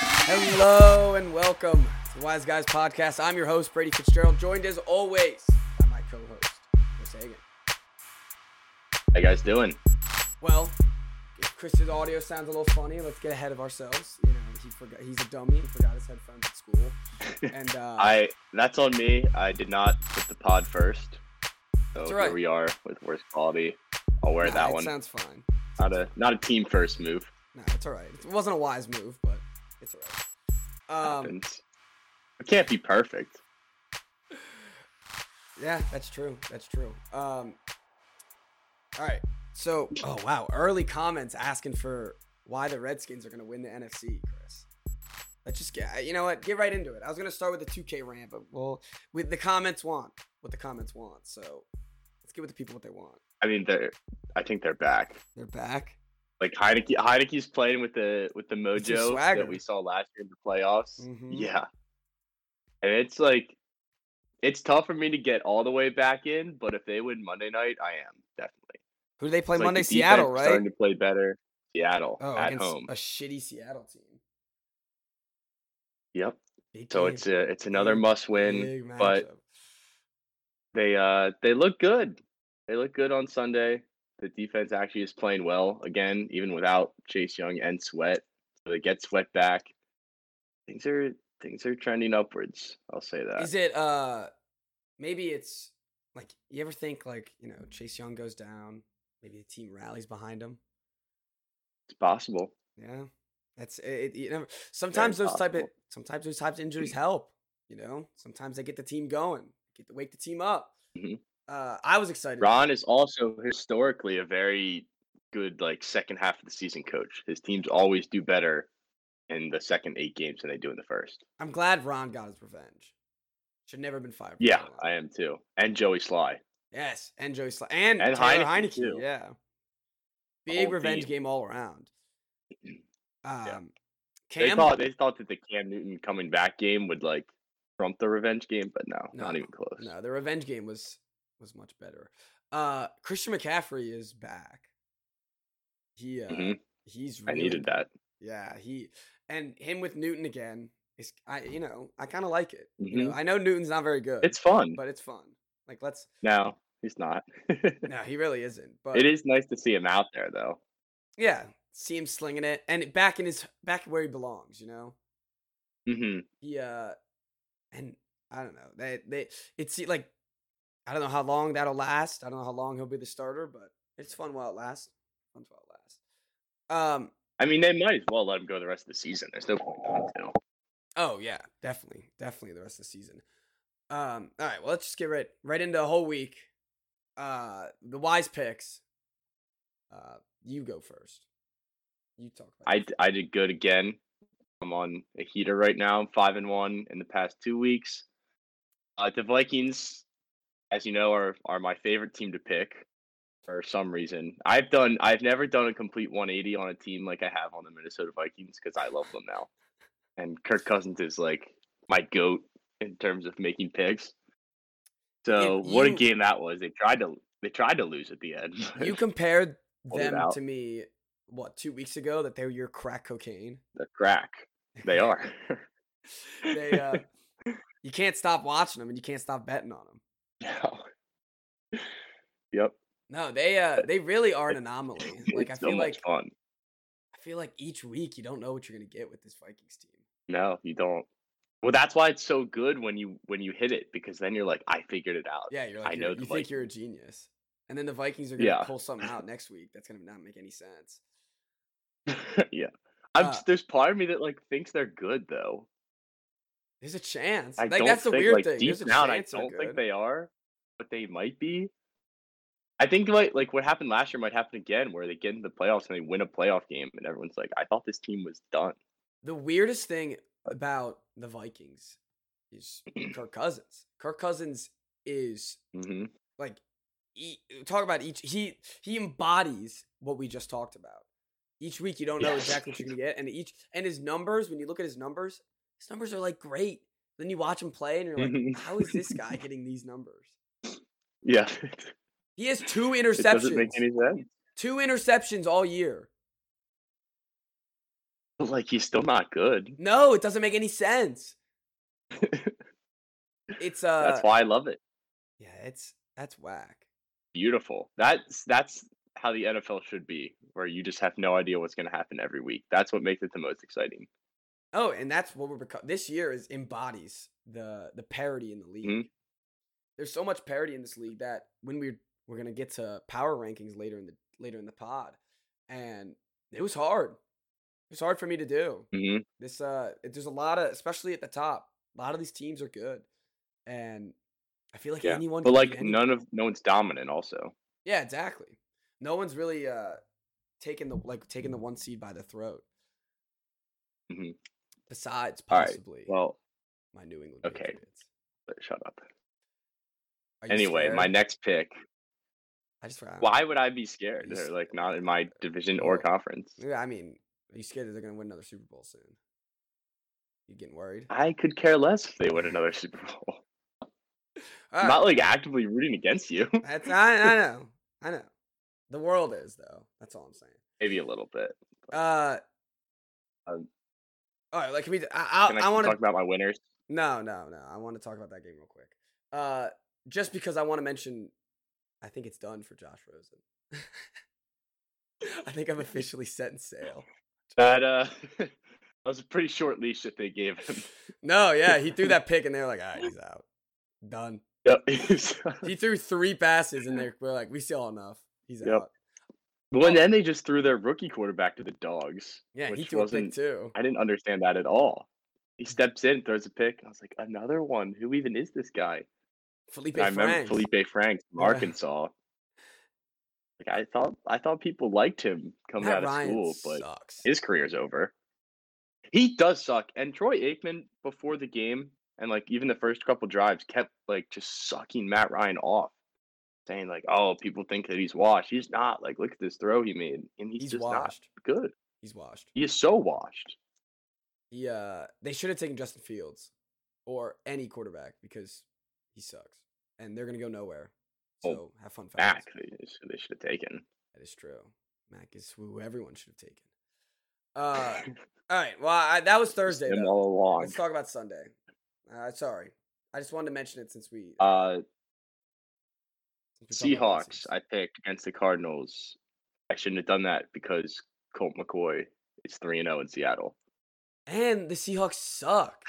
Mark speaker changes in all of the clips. Speaker 1: Hello and welcome to the Wise Guys Podcast. I'm your host, Brady Fitzgerald, joined as always by my co host, Chris Hagan.
Speaker 2: How you guys doing?
Speaker 1: Well, if Chris's audio sounds a little funny, let's get ahead of ourselves. You know, he forgot he's a dummy and forgot his headphones at school. And uh,
Speaker 2: I that's on me. I did not put the pod first, so
Speaker 1: That's
Speaker 2: here
Speaker 1: all right.
Speaker 2: we are with worst quality. I'll wear
Speaker 1: nah,
Speaker 2: that
Speaker 1: it
Speaker 2: one.
Speaker 1: sounds fine.
Speaker 2: Not a not a team first move.
Speaker 1: No, it's all right. It wasn't a wise move, but it's all right. Um,
Speaker 2: Happens. It can't be perfect.
Speaker 1: Yeah, that's true. That's true. Um, all right. So, oh wow, early comments asking for why the Redskins are going to win the NFC, Chris. Let's just get. You know what? Get right into it. I was going to start with the 2K rant, but well, with the comments want what the comments want. So, let's give the people what they want.
Speaker 2: I mean, they're. I think they're back.
Speaker 1: They're back.
Speaker 2: Like Heineke, Heineke's playing with the with the
Speaker 1: With some
Speaker 2: mojo
Speaker 1: swagger.
Speaker 2: that we saw last year in the playoffs.
Speaker 1: Mhm.
Speaker 2: Yeah, and it's like, it's tough for me to get all the way back in. But if they win Monday night, I am definitely.
Speaker 1: Who do they play
Speaker 2: It's like
Speaker 1: Monday?
Speaker 2: the defense
Speaker 1: Seattle, right?
Speaker 2: Starting to play better. Seattle
Speaker 1: oh,
Speaker 2: at
Speaker 1: against
Speaker 2: home.
Speaker 1: a shitty Seattle team.
Speaker 2: Yep.
Speaker 1: Big
Speaker 2: So
Speaker 1: game,
Speaker 2: it's a, it's another
Speaker 1: Big-
Speaker 2: must win.
Speaker 1: big
Speaker 2: but-
Speaker 1: matchup.
Speaker 2: They uh they look good. They look good on Sunday. The defense actually is playing well again, even without Chase Young and Sweat. So they get Sweat back. Things are things are trending upwards. I'll say that.
Speaker 1: Is it uh maybe it's like you ever think like, you know, Chase Young goes down, maybe the team rallies behind him.
Speaker 2: it's possible.
Speaker 1: Yeah. That's it, it- you know sometimes those type of
Speaker 2: possible.
Speaker 1: sometimes those types of injuries help, you know? Sometimes they get the team going, get to wake the team up.
Speaker 2: Mhm.
Speaker 1: Uh I was excited.
Speaker 2: Ron is also historically a very good like second half of the season coach. His teams always do better in the second eight games than they do in the first.
Speaker 1: I'm glad Ron got his revenge. Should never have been fired. for
Speaker 2: Yeah,
Speaker 1: that line.
Speaker 2: I am too. And Joey Sly.
Speaker 1: Yes, and Joey Sly and,
Speaker 2: And
Speaker 1: Taylor
Speaker 2: Heineke,
Speaker 1: Heineke.
Speaker 2: too.
Speaker 1: yeah,
Speaker 2: The
Speaker 1: big
Speaker 2: whole
Speaker 1: revenge
Speaker 2: team.
Speaker 1: game all around. Um,
Speaker 2: They
Speaker 1: Cam,
Speaker 2: thought they thought that the Cam Newton coming back game would like trump the revenge game, but no,
Speaker 1: No,
Speaker 2: not even close.
Speaker 1: No, the revenge game was was much better. Uh Christian McCaffrey is back. He uh
Speaker 2: Mhm.
Speaker 1: he's
Speaker 2: I
Speaker 1: really,
Speaker 2: needed that.
Speaker 1: Yeah, he and him with Newton again is I you know, I kind of like it. You
Speaker 2: Mhm.
Speaker 1: know, I know Newton's not very good,
Speaker 2: It's fun.
Speaker 1: but it's fun. Like let's
Speaker 2: no, he's not.
Speaker 1: No, he really isn't. But
Speaker 2: it is nice to see him out there though.
Speaker 1: yeah, see him slinging it and back in his back where he belongs, you know.
Speaker 2: hmm
Speaker 1: he uh and I don't know. They they it's like I don't know how long that'll last. I don't know how long he'll be the starter, but it's fun while it lasts. Fun while it lasts. Um
Speaker 2: I mean, they might as well let him go the rest of the season. There's no point not to.
Speaker 1: oh yeah, definitely. Definitely the rest of the season. Um all right, well let's just get right right into the whole week. Uh the wise picks. Uh you go first. You talk about
Speaker 2: I
Speaker 1: it.
Speaker 2: d- I did good again. I'm on a heater right now. I'm five and one in the past two weeks. Uh, the Vikings, as you know, are are my favorite team to pick for some reason. I've done I've never done a complete 180 on a team like I have on the Minnesota Vikings because I love them now, and Kirk Cousins is like my goat in terms of making picks. So what a
Speaker 1: you-
Speaker 2: game that was! They tried to they tried to lose at the end. but
Speaker 1: you compared
Speaker 2: Hold it
Speaker 1: them
Speaker 2: out.
Speaker 1: to me what, two weeks ago that they were your crack cocaine.
Speaker 2: the crack they are.
Speaker 1: they uh, you can't stop watching them and you can't stop betting on them.
Speaker 2: No. Yep.
Speaker 1: No, they uh they really are an anomaly. Like
Speaker 2: it's
Speaker 1: I
Speaker 2: so
Speaker 1: feel
Speaker 2: much
Speaker 1: like
Speaker 2: fun.
Speaker 1: I feel like each week you don't know what you're gonna get with this Vikings team.
Speaker 2: No, you don't. Well, that's why it's so good when you when you hit it because then you're like, I figured it out.
Speaker 1: Yeah, you're like
Speaker 2: I
Speaker 1: you're-
Speaker 2: know
Speaker 1: you
Speaker 2: the
Speaker 1: think you're a genius, and then the Vikings are gonna
Speaker 2: Yeah.
Speaker 1: pull something out next week that's gonna not make any sense.
Speaker 2: yeah. I'm
Speaker 1: Uh,
Speaker 2: s- there's part of me that like thinks they're good though.
Speaker 1: There's a chance.
Speaker 2: I
Speaker 1: like
Speaker 2: don't
Speaker 1: that's the
Speaker 2: think
Speaker 1: weird
Speaker 2: like
Speaker 1: thing.
Speaker 2: deep
Speaker 1: There's a
Speaker 2: down I
Speaker 1: chance they're
Speaker 2: don't think
Speaker 1: good.
Speaker 2: they are, but they might be. I think like like what happened last year might happen again where they get into the playoffs and they win a playoff game and everyone's like, I thought this team was done.
Speaker 1: The weirdest thing
Speaker 2: Uh,
Speaker 1: about the Vikings is Kirk Cousins. Kirk Cousins is
Speaker 2: hmm
Speaker 1: like e talk about each he he embodies what we just talked about each week you don't know
Speaker 2: Yeah.
Speaker 1: exactly what you're gonna get and each and his numbers when you look at his numbers his numbers are like great then you watch him play and you're like
Speaker 2: Mhm.
Speaker 1: "How is this guy getting these numbers
Speaker 2: Yeah.
Speaker 1: he has two
Speaker 2: it doesn't
Speaker 1: interceptions
Speaker 2: make any sense.
Speaker 1: two interceptions all year
Speaker 2: But like he's still not good.
Speaker 1: No, it doesn't make any sense. It's uh
Speaker 2: That's why I love it.
Speaker 1: Yeah, it's that's whack.
Speaker 2: Beautiful. That's that's how the NFL should be, where you just have no idea what's going to happen every week. That's what makes it the most exciting.
Speaker 1: Oh, and that's what we're becoming. This year is embodies the the parody in the league.
Speaker 2: Mhm.
Speaker 1: There's so much parody in this league that when we're we're gonna get to power rankings later in the later in the pod, and it was hard. It was hard for me to do
Speaker 2: hmm
Speaker 1: this. Uh, it- there's a lot of, especially at the top, a lot of these teams are good, and I feel like
Speaker 2: Yeah,
Speaker 1: anyone.
Speaker 2: But
Speaker 1: can beat
Speaker 2: like
Speaker 1: anyone.
Speaker 2: none of no one's dominant. Also,
Speaker 1: Yeah, exactly. No one's really uh taking the like taking the one seed by the throat.
Speaker 2: Mhm.
Speaker 1: Besides,
Speaker 2: All right,
Speaker 1: possibly
Speaker 2: well,
Speaker 1: my New England
Speaker 2: okay.
Speaker 1: Patriots.
Speaker 2: but shut up.
Speaker 1: Are you
Speaker 2: Anyway, my
Speaker 1: scared?
Speaker 2: next pick.
Speaker 1: I just forgot.
Speaker 2: Why would I be scared?
Speaker 1: you
Speaker 2: They're
Speaker 1: s-
Speaker 2: like not in my division or
Speaker 1: Well,
Speaker 2: conference.
Speaker 1: Yeah, I mean, are you scared that they're gonna win another Super Bowl soon? You getting worried?
Speaker 2: I could care less if they win another Super Bowl.
Speaker 1: All
Speaker 2: I'm
Speaker 1: right.
Speaker 2: not like actively rooting against you.
Speaker 1: That's, I, I know, I know. The world is though. That's all I'm saying.
Speaker 2: Maybe a little bit.
Speaker 1: Uh.
Speaker 2: Um,
Speaker 1: all right, like can we? d- I
Speaker 2: Can
Speaker 1: I,
Speaker 2: I,
Speaker 1: I want to
Speaker 2: talk about my winners?
Speaker 1: No, no, no. I want to talk about that game real quick. Uh, just because I want to mention, I think it's done for Josh Rosen. I think I'm officially setting sail.
Speaker 2: That uh, that was a pretty short leash that they gave him.
Speaker 1: No, yeah, he threw that pick and they were like, all right, he's out. Done.
Speaker 2: Yep. So-
Speaker 1: He threw three passes and they were like, we still enough. He's
Speaker 2: Yep.
Speaker 1: out.
Speaker 2: well, and then they just threw their rookie quarterback to the dogs.
Speaker 1: Yeah, he
Speaker 2: which
Speaker 1: threw a pick
Speaker 2: wasn't-
Speaker 1: too.
Speaker 2: I didn't understand that at all. He
Speaker 1: Mm.
Speaker 2: steps in, throws a pick. I was like, another one. Who even is this guy?
Speaker 1: Felipe
Speaker 2: And I remember
Speaker 1: Franks.
Speaker 2: Felipe Franks from
Speaker 1: Yeah.
Speaker 2: Arkansas. Like I thought, I thought people liked him coming
Speaker 1: Matt
Speaker 2: out of
Speaker 1: Ryan
Speaker 2: school, but
Speaker 1: sucks.
Speaker 2: his career's over. He does suck. And Troy Aikman before the game and like even the first couple drives kept like just sucking Matt Ryan off. Saying like, oh, people think that he's washed. He's not. Like, look at this throw he made. And he's,
Speaker 1: He's
Speaker 2: just
Speaker 1: washed.
Speaker 2: not good.
Speaker 1: He's washed.
Speaker 2: He is so washed.
Speaker 1: He, uh, they should have taken Justin Fields or any quarterback because he sucks and they're going to go nowhere. So
Speaker 2: Oh,
Speaker 1: have fun
Speaker 2: Mac,
Speaker 1: facts.
Speaker 2: they, they should- they should have taken.
Speaker 1: That is true. Mac is who everyone should have taken. Uh, all right. Well, I, that was Thursday.
Speaker 2: Him
Speaker 1: though.
Speaker 2: all along.
Speaker 1: Let's talk about Sunday. Uh, sorry. I just wanted to mention it since we.
Speaker 2: Uh,
Speaker 1: since we talked about
Speaker 2: Seahawks,
Speaker 1: Redskins.
Speaker 2: I picked against the Cardinals. I shouldn't have done that because Colt McCoy is 3 0 in Seattle,
Speaker 1: and the Seahawks suck.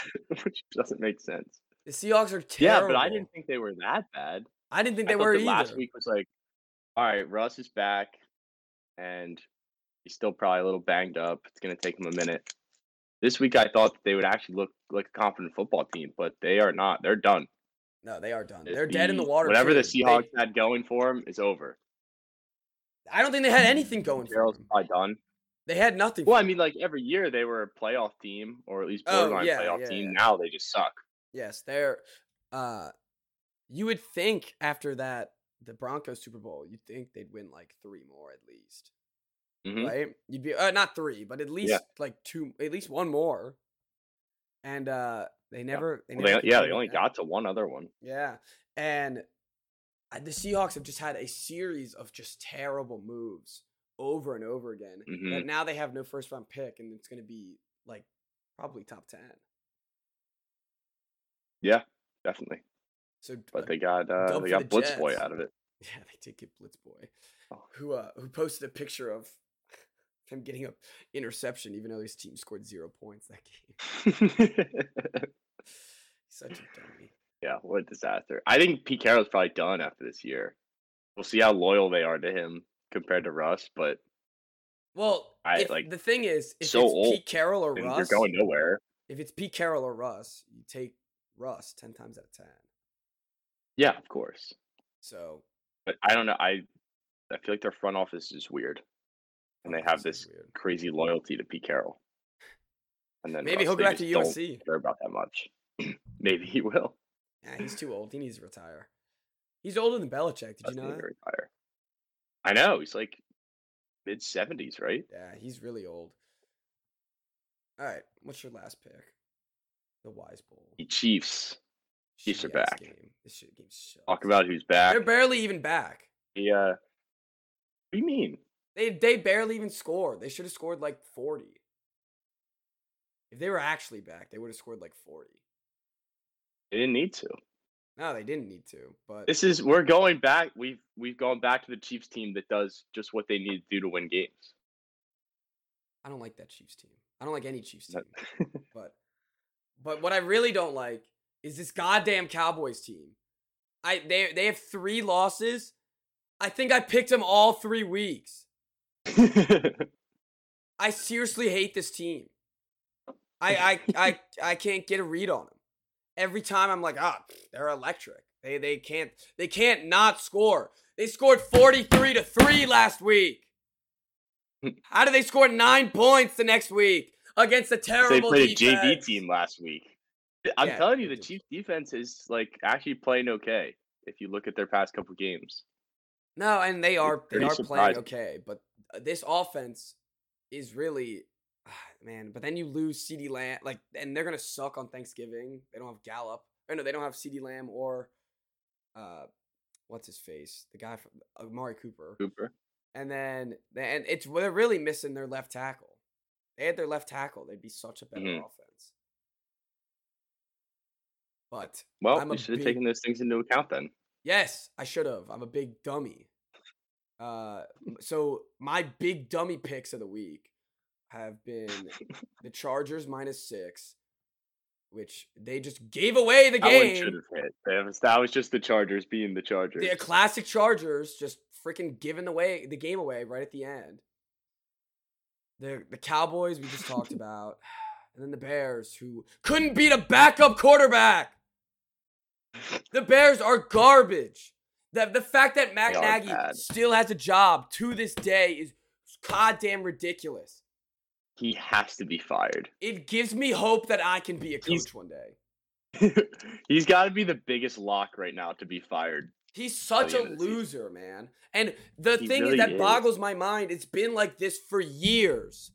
Speaker 2: which doesn't make sense.
Speaker 1: The Seahawks are terrible.
Speaker 2: Yeah, but I didn't think they were that bad.
Speaker 1: I didn't think
Speaker 2: I
Speaker 1: they
Speaker 2: thought
Speaker 1: were
Speaker 2: that
Speaker 1: either.
Speaker 2: last week was like, all right, Russ is back, and he's still probably a little banged up. It's going to take him a minute. This week, I thought that they would actually look like a confident football team, but they are not. They're done.
Speaker 1: No, they are done. They're dead in the water.
Speaker 2: Whatever the
Speaker 1: too. They-
Speaker 2: Seahawks had going for them is over.
Speaker 1: I don't think they had anything going for
Speaker 2: Gerald's
Speaker 1: them.
Speaker 2: probably done.
Speaker 1: They had nothing.
Speaker 2: Well, I mean, like every year they were a playoff team, or at least
Speaker 1: Oh,
Speaker 2: borderline
Speaker 1: yeah,
Speaker 2: playoff
Speaker 1: yeah,
Speaker 2: team.
Speaker 1: yeah.
Speaker 2: Now they just suck.
Speaker 1: Yes, they're. Uh, you would think after that the Broncos Super Bowl, you'd think they'd win like three more at least,
Speaker 2: Mhm.
Speaker 1: right? You'd be uh, not three, but at least like two, at least one more. And uh, they never, they
Speaker 2: Well,
Speaker 1: never
Speaker 2: they, yeah, they
Speaker 1: completed
Speaker 2: only
Speaker 1: that.
Speaker 2: got to one other one.
Speaker 1: Yeah, and uh, the Seahawks have just had a series of just terrible moves over and over again.
Speaker 2: Mhm.
Speaker 1: But now they have no first round pick, and it's going to be like probably top ten.
Speaker 2: Definitely,
Speaker 1: So, d-
Speaker 2: but
Speaker 1: uh,
Speaker 2: they got uh,
Speaker 1: Dub
Speaker 2: they
Speaker 1: for
Speaker 2: got
Speaker 1: the
Speaker 2: Blitzboy
Speaker 1: Jets.
Speaker 2: out of it.
Speaker 1: Yeah, they did get Blitz Boy,
Speaker 2: Oh.
Speaker 1: who uh, who posted a picture of him getting a interception, even though his team scored zero points that game. Such a dummy.
Speaker 2: yeah, what a disaster! I think Pete Carroll's probably done after this year. We'll see how loyal they are to him compared to Russ, but
Speaker 1: Well,
Speaker 2: I,
Speaker 1: if-
Speaker 2: like,
Speaker 1: the thing is, if
Speaker 2: so
Speaker 1: it's
Speaker 2: old
Speaker 1: Pete Carroll or
Speaker 2: and
Speaker 1: Russ,
Speaker 2: you're going nowhere.
Speaker 1: if it's Pete Carroll or Russ, you take Russ ten times out of ten.
Speaker 2: Yeah, of course,
Speaker 1: So
Speaker 2: but I don't know. I I feel like their front office is weird, and they
Speaker 1: fuck,
Speaker 2: have
Speaker 1: is
Speaker 2: this
Speaker 1: weird.
Speaker 2: crazy loyalty to Pete Carroll. And then
Speaker 1: Maybe
Speaker 2: Russ,
Speaker 1: he'll
Speaker 2: they
Speaker 1: go back to
Speaker 2: just don't-
Speaker 1: USC.
Speaker 2: care about that much. Maybe he will.
Speaker 1: Yeah, he's too old. He needs to retire. He's older than Belichick. Did you
Speaker 2: That's
Speaker 1: know
Speaker 2: gonna
Speaker 1: that?
Speaker 2: retire. I know he's like mid seventies, right?
Speaker 1: Yeah, he's really old. All right, what's your last pick? The Wise Bowl.
Speaker 2: The Chiefs Chiefs E, are
Speaker 1: Shitty ass
Speaker 2: back.
Speaker 1: Game. This shit game sucks.
Speaker 2: talk about who's back.
Speaker 1: They're barely even back.
Speaker 2: The, uh, what do you mean?
Speaker 1: They they barely even scored. They should have scored like forty. If they were actually back, they would have scored like 40.
Speaker 2: They didn't need to.
Speaker 1: No, they didn't need to. But
Speaker 2: This is we're going back. We've we've gone back to the Chiefs team that does just what they need to do to win games.
Speaker 1: I don't like that Chiefs team. I don't like any Chiefs team. but but what I really don't like is this goddamn Cowboys team. I they they have 3 losses. I think I picked them all 3 weeks. I seriously hate this team. I I I, I can't get a read on them. Every time I'm like, ah, pff, they're electric. They they can't they can't not score. They scored 43 to 3 last week. How do they score 9 points the next week against a
Speaker 2: they
Speaker 1: terrible
Speaker 2: played
Speaker 1: defense?
Speaker 2: a JV team last week. I'm
Speaker 1: Yeah,
Speaker 2: telling you,
Speaker 1: they
Speaker 2: the
Speaker 1: did.
Speaker 2: Chiefs defense is like actually playing okay. If you look at their past couple games,
Speaker 1: No, and they are they
Speaker 2: pretty
Speaker 1: are playing
Speaker 2: surprising.
Speaker 1: okay, but uh, this offense is really ah, man. But then you lose Ceedee Lamb, like, and they're gonna suck on Thanksgiving. They don't have Gallup, or no, they don't have Ceedee Lamb or uh, what's his face, the guy from Amari Cooper.
Speaker 2: Cooper.
Speaker 1: And then and it's they're really missing their left tackle. They had their left tackle, they'd be such a better
Speaker 2: Mhm.
Speaker 1: offense. But
Speaker 2: Well,
Speaker 1: I'm
Speaker 2: you
Speaker 1: a
Speaker 2: should have
Speaker 1: big-
Speaker 2: taken those things into account then.
Speaker 1: Yes, I should have. I'm a big dummy. Uh, m- so my big dummy picks of the week have been the Chargers minus six, which they just gave away the
Speaker 2: That one should
Speaker 1: game.
Speaker 2: have hit. That was, that was just the Chargers being the Chargers.
Speaker 1: The classic Chargers just freaking giving away the game away right at the end. The the Cowboys we just talked about, and then the Bears who couldn't beat a backup quarterback. The Bears are garbage. The, the fact that Matt
Speaker 2: They are
Speaker 1: Nagy
Speaker 2: bad.
Speaker 1: still has a job to this day is goddamn ridiculous.
Speaker 2: He has to be fired.
Speaker 1: It gives me hope that I can be a coach
Speaker 2: He's-
Speaker 1: one day.
Speaker 2: He's got to be the biggest lock right now to be fired.
Speaker 1: He's such
Speaker 2: Oh,
Speaker 1: a
Speaker 2: yeah, the season.
Speaker 1: loser, man. And the
Speaker 2: He
Speaker 1: thing
Speaker 2: really
Speaker 1: is that
Speaker 2: is.
Speaker 1: boggles my mind. It's been like this for years.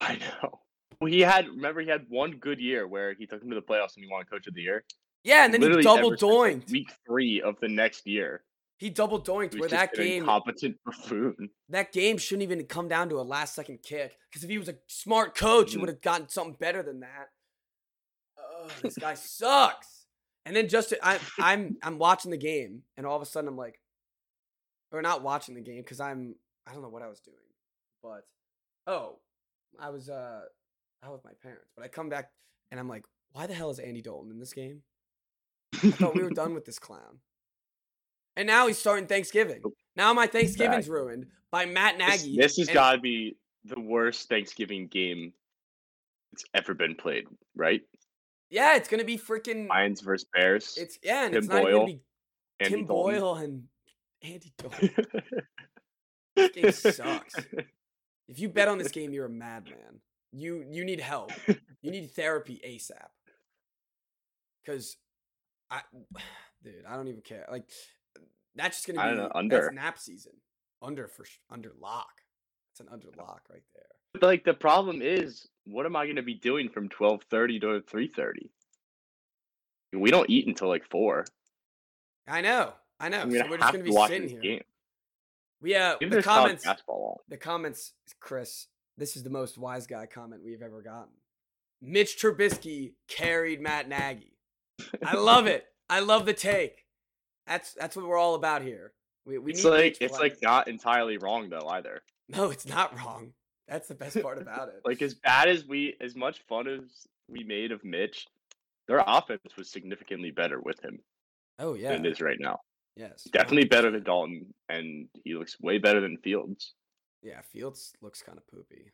Speaker 2: I know. Well, he had remember he had one good year where he took him to the playoffs and he won Coach of the Year.
Speaker 1: Yeah, and then
Speaker 2: Literally
Speaker 1: he double
Speaker 2: ever since, like,
Speaker 1: doinked.
Speaker 2: Week three of the next year,
Speaker 1: He double doinked
Speaker 2: he
Speaker 1: where
Speaker 2: was just
Speaker 1: that
Speaker 2: an
Speaker 1: game
Speaker 2: incompetent buffoon.
Speaker 1: that game shouldn't even come down to a last second kick. Because if he was a smart coach, he
Speaker 2: Mhm.
Speaker 1: would have gotten something better than that. Ugh, this guy sucks. And then just I, I'm I'm watching the game, and all of a sudden I'm like, or not watching the game because I'm I don't know what I was doing, but oh, I was uh out with my parents. But I come back and I'm like, why the hell is Andy Dalton in this game? I thought we were done with this clown. And now he's starting Thanksgiving. Now my Thanksgiving's ruined by Matt
Speaker 2: This,
Speaker 1: Nagy.
Speaker 2: this has
Speaker 1: and-
Speaker 2: got to be the worst Thanksgiving game that's ever been played, right?
Speaker 1: Yeah, it's gonna be freaking.
Speaker 2: Lions versus Bears.
Speaker 1: Hmm. It's yeah, and
Speaker 2: Tim
Speaker 1: it's not even
Speaker 2: Boyle,
Speaker 1: gonna be
Speaker 2: Andy
Speaker 1: Tim
Speaker 2: Dalton.
Speaker 1: Boyle and Andy Dalton. This game sucks. if you bet on this game, you're a madman. You you need help. You need therapy ASAP. Cause I, dude, I don't even care. Like that's just gonna be
Speaker 2: I don't know,
Speaker 1: that's
Speaker 2: under.
Speaker 1: nap season. Under for sh- under lock. It's an under lock right there.
Speaker 2: But, like the problem is, what am I going to be doing from twelve thirty to three thirty? We don't eat until like four.
Speaker 1: I know, I know.
Speaker 2: I'm
Speaker 1: so
Speaker 2: gonna
Speaker 1: we're just
Speaker 2: have
Speaker 1: gonna
Speaker 2: to
Speaker 1: be
Speaker 2: watch
Speaker 1: sitting
Speaker 2: this
Speaker 1: here.
Speaker 2: game.
Speaker 1: We uh,
Speaker 2: Even
Speaker 1: the
Speaker 2: there's college
Speaker 1: comments.
Speaker 2: basketball
Speaker 1: the comments, Chris, this is the most wise guy comment we've ever gotten. Mitch Trubisky carried Matt Nagy.
Speaker 2: on.
Speaker 1: I love it. I love the take. That's that's what we're all about here. We, we
Speaker 2: it's
Speaker 1: need
Speaker 2: like
Speaker 1: Mitch
Speaker 2: it's
Speaker 1: playing.
Speaker 2: like not entirely wrong though either.
Speaker 1: no, it's not wrong. That's the best part about it.
Speaker 2: Like as bad as we, as much fun as we made of Mitch, their offense was significantly better with him
Speaker 1: oh yeah,
Speaker 2: than it is right now.
Speaker 1: yes, no,
Speaker 2: Definitely better than Dalton, and he looks way better than Fields.
Speaker 1: Yeah, Fields looks kind of poopy,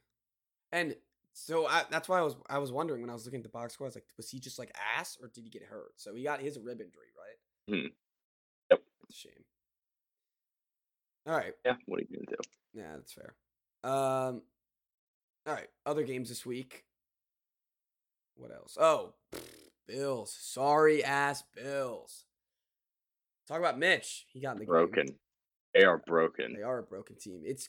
Speaker 1: and so I, that's why I was I was wondering when I was looking at the box score. I was like, was he just like ass or did he get hurt? So he got his rib injury, right?
Speaker 2: Mhm. Yep.
Speaker 1: That's a shame. All right.
Speaker 2: Yeah, what are you gonna do?
Speaker 1: Yeah, that's fair. Um, all right. Other games this week. What else? Oh, Bills. Sorry ass Bills. Talk about Mitch. He got in the game.
Speaker 2: Broken. They are broken.
Speaker 1: They are a broken team. It's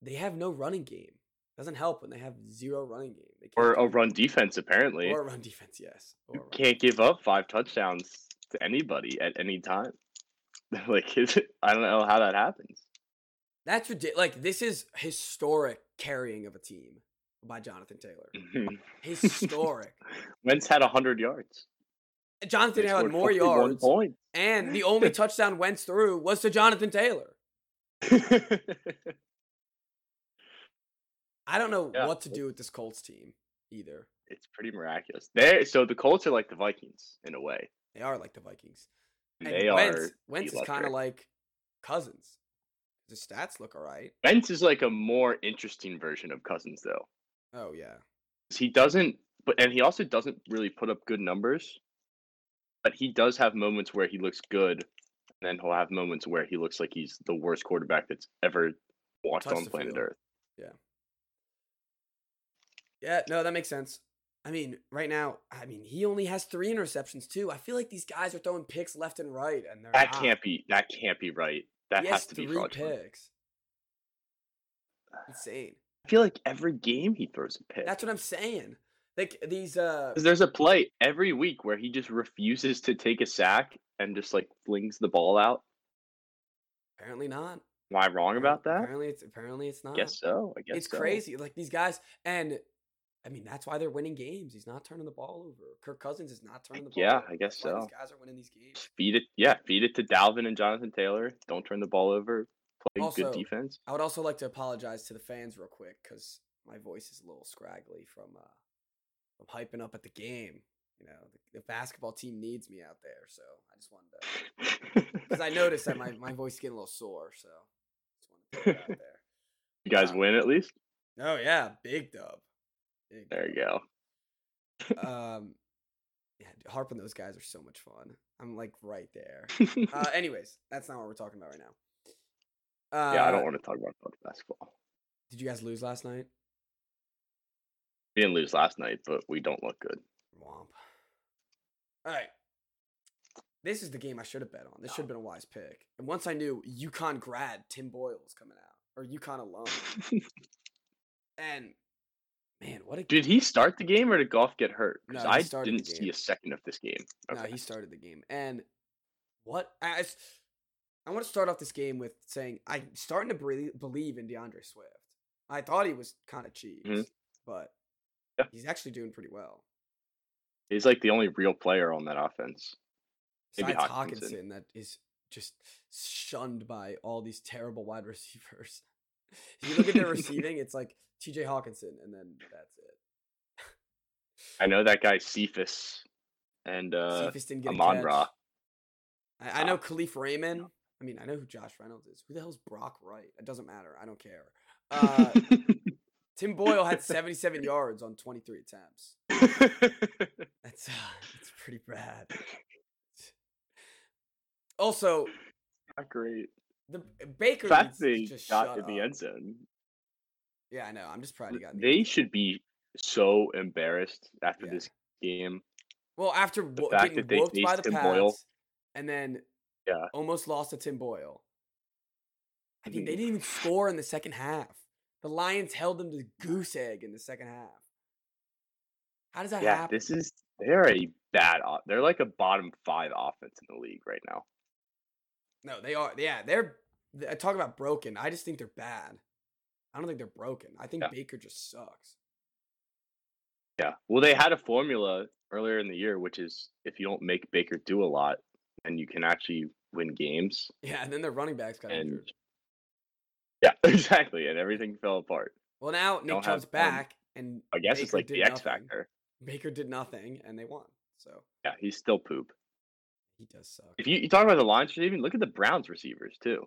Speaker 1: they have no running game. Doesn't help when they have zero running game. They
Speaker 2: Or
Speaker 1: do
Speaker 2: a run defense apparently.
Speaker 1: anything. or a run defense. Yes. Or a
Speaker 2: you
Speaker 1: run-
Speaker 2: can't give up five touchdowns to anybody at any time. like is it, I don't know how that happens.
Speaker 1: That's ridiculous. Like this is historic carrying of a team. by Jonathan Taylor.
Speaker 2: Mhm.
Speaker 1: Historic.
Speaker 2: Wentz had 100 yards.
Speaker 1: Jonathan
Speaker 2: They
Speaker 1: Taylor had
Speaker 2: scored
Speaker 1: more
Speaker 2: 41
Speaker 1: yards,
Speaker 2: points.
Speaker 1: and the only touchdown Wentz threw was to Jonathan Taylor. I don't know
Speaker 2: Yeah.
Speaker 1: what to do with this Colts team either.
Speaker 2: it's pretty miraculous. There, so the Colts are like the Vikings in a way.
Speaker 1: They are like the Vikings. And
Speaker 2: they
Speaker 1: Wentz,
Speaker 2: are.
Speaker 1: Wentz is kind
Speaker 2: electric.
Speaker 1: of like Cousins. His stats look all right.
Speaker 2: Wentz is like a more interesting version of Cousins, though.
Speaker 1: Oh yeah,
Speaker 2: 'Cause He doesn't, but and he also doesn't really put up good numbers. But he does have moments where he looks good, and then he'll have moments where he looks like he's the worst quarterback that's ever walked
Speaker 1: Touched
Speaker 2: on
Speaker 1: the
Speaker 2: planet
Speaker 1: field.
Speaker 2: Earth.
Speaker 1: yeah. No, that makes sense. I mean, right now, I mean, he only has three interceptions too. I feel like these guys are throwing picks left and right, and they're
Speaker 2: That
Speaker 1: not.
Speaker 2: can't be. That can't be right. That
Speaker 1: Ah. He
Speaker 2: has
Speaker 1: has
Speaker 2: to be
Speaker 1: three
Speaker 2: fraudulent.
Speaker 1: picks. Insane.
Speaker 2: I feel like every game he throws a pick.
Speaker 1: That's what I'm saying. Like these uh
Speaker 2: 'Cause there's a play every week where he just refuses to take a sack and just like flings the ball out.
Speaker 1: apparently not.
Speaker 2: Am I wrong about that?
Speaker 1: Oh, Apparently it's apparently it's not.
Speaker 2: guess so. I guess
Speaker 1: it's
Speaker 2: so.
Speaker 1: crazy. Like these guys and I mean that's why they're winning games. He's not turning the ball over. Kirk Cousins is not turning the ball
Speaker 2: Yeah,
Speaker 1: over.
Speaker 2: I guess
Speaker 1: That's why
Speaker 2: so.
Speaker 1: These guys are winning these games.
Speaker 2: Just feed it. Yeah, feed it to Dalvin and Jonathan Taylor. Don't turn the ball over. Play
Speaker 1: Also,
Speaker 2: good defense.
Speaker 1: I would also like to apologize to the fans real quick because my voice is a little scraggly from uh from hyping up at the game. You know, the, the basketball team needs me out there, so I just wanted to because I noticed that my, my voice is getting a little sore, so just wanted to put it out there.
Speaker 2: you guys
Speaker 1: uh,
Speaker 2: win at least.
Speaker 1: Oh yeah, big dub. Big
Speaker 2: There you go.
Speaker 1: dub. Um, yeah, dude, Harp and those guys are so much fun. I'm like right there. Uh, anyways, that's not what we're talking about right now. Uh,
Speaker 2: yeah, I don't want to talk about college basketball.
Speaker 1: Did you guys lose last night?
Speaker 2: We didn't lose last night, but we don't look good.
Speaker 1: Womp. All right. This is the game I should have bet on. This should have been a wise pick. And once I knew UConn grad Tim Boyle was coming out, or UConn alone, and man, what a
Speaker 2: Did he start the game or did Goff get hurt? Because
Speaker 1: No, he
Speaker 2: I
Speaker 1: started the
Speaker 2: didn't see
Speaker 1: game.
Speaker 2: a second of this game.
Speaker 1: No,
Speaker 2: Okay.
Speaker 1: he started the game. And what I, I s- I want to start off this game with saying I'm starting to bre- believe in DeAndre Swift. I thought he was kind of cheese, but
Speaker 2: Mm-hmm. Yeah.
Speaker 1: he's actually doing pretty well.
Speaker 2: He's like the only real player on that offense. Maybe
Speaker 1: Besides
Speaker 2: Hawkinson.
Speaker 1: Hawkinson, that is just shunned by all these terrible wide receivers. if you look at their receiving, it's like T.J. Hawkinson, and then that's it.
Speaker 2: I know that guy Cephas and uh, Ah,
Speaker 1: Cephas didn't get a
Speaker 2: Amon
Speaker 1: catch.
Speaker 2: Ra.
Speaker 1: I, I know
Speaker 2: Wow.
Speaker 1: Khalif Raymond. I mean, I know who Josh Reynolds is. Who the hell's Brock Wright? It doesn't matter. I don't care. Uh, Tim Boyle had 77 yards on 23 attempts. That's uh, that's pretty bad. Also,
Speaker 2: Not great.
Speaker 1: the Baker needs
Speaker 2: Fact
Speaker 1: to
Speaker 2: they
Speaker 1: just
Speaker 2: got
Speaker 1: shut
Speaker 2: in the
Speaker 1: up.
Speaker 2: end zone.
Speaker 1: Yeah, I know. I'm just proud he got. in the
Speaker 2: They
Speaker 1: end zone.
Speaker 2: should be so embarrassed after
Speaker 1: Yeah.
Speaker 2: this game.
Speaker 1: Well, after wo-
Speaker 2: fact
Speaker 1: getting
Speaker 2: that they
Speaker 1: whooped by the
Speaker 2: faced Tim Boyle-
Speaker 1: Pats, and then
Speaker 2: Yeah.
Speaker 1: almost lost to Tim Boyle. I think they
Speaker 2: Mhm.
Speaker 1: didn't even score in the second half. The Lions held them to goose egg in the second half. How does that
Speaker 2: yeah,
Speaker 1: happen?
Speaker 2: this is they're a bad. o- They're like a bottom five offense in the league right now.
Speaker 1: No, they are. Yeah, they're. th- I talk about broken. I just think they're bad. I don't think they're broken. I think
Speaker 2: Yeah.
Speaker 1: Baker just sucks.
Speaker 2: Yeah. Well, they had a formula earlier in the year, which is if you don't make Baker do a lot, then you can actually win games.
Speaker 1: Yeah, and then their running backs got
Speaker 2: And
Speaker 1: injured.
Speaker 2: yeah, exactly. And everything fell apart.
Speaker 1: Well, now
Speaker 2: don't
Speaker 1: Nick
Speaker 2: have
Speaker 1: Chubb's
Speaker 2: fun.
Speaker 1: back, and
Speaker 2: I guess it's
Speaker 1: Baker
Speaker 2: like
Speaker 1: did
Speaker 2: the X
Speaker 1: nothing.
Speaker 2: factor.
Speaker 1: Baker did nothing, and they won. So
Speaker 2: Yeah, he's still poop.
Speaker 1: he does suck.
Speaker 2: If you, you talk about the line even look at the Browns receivers too.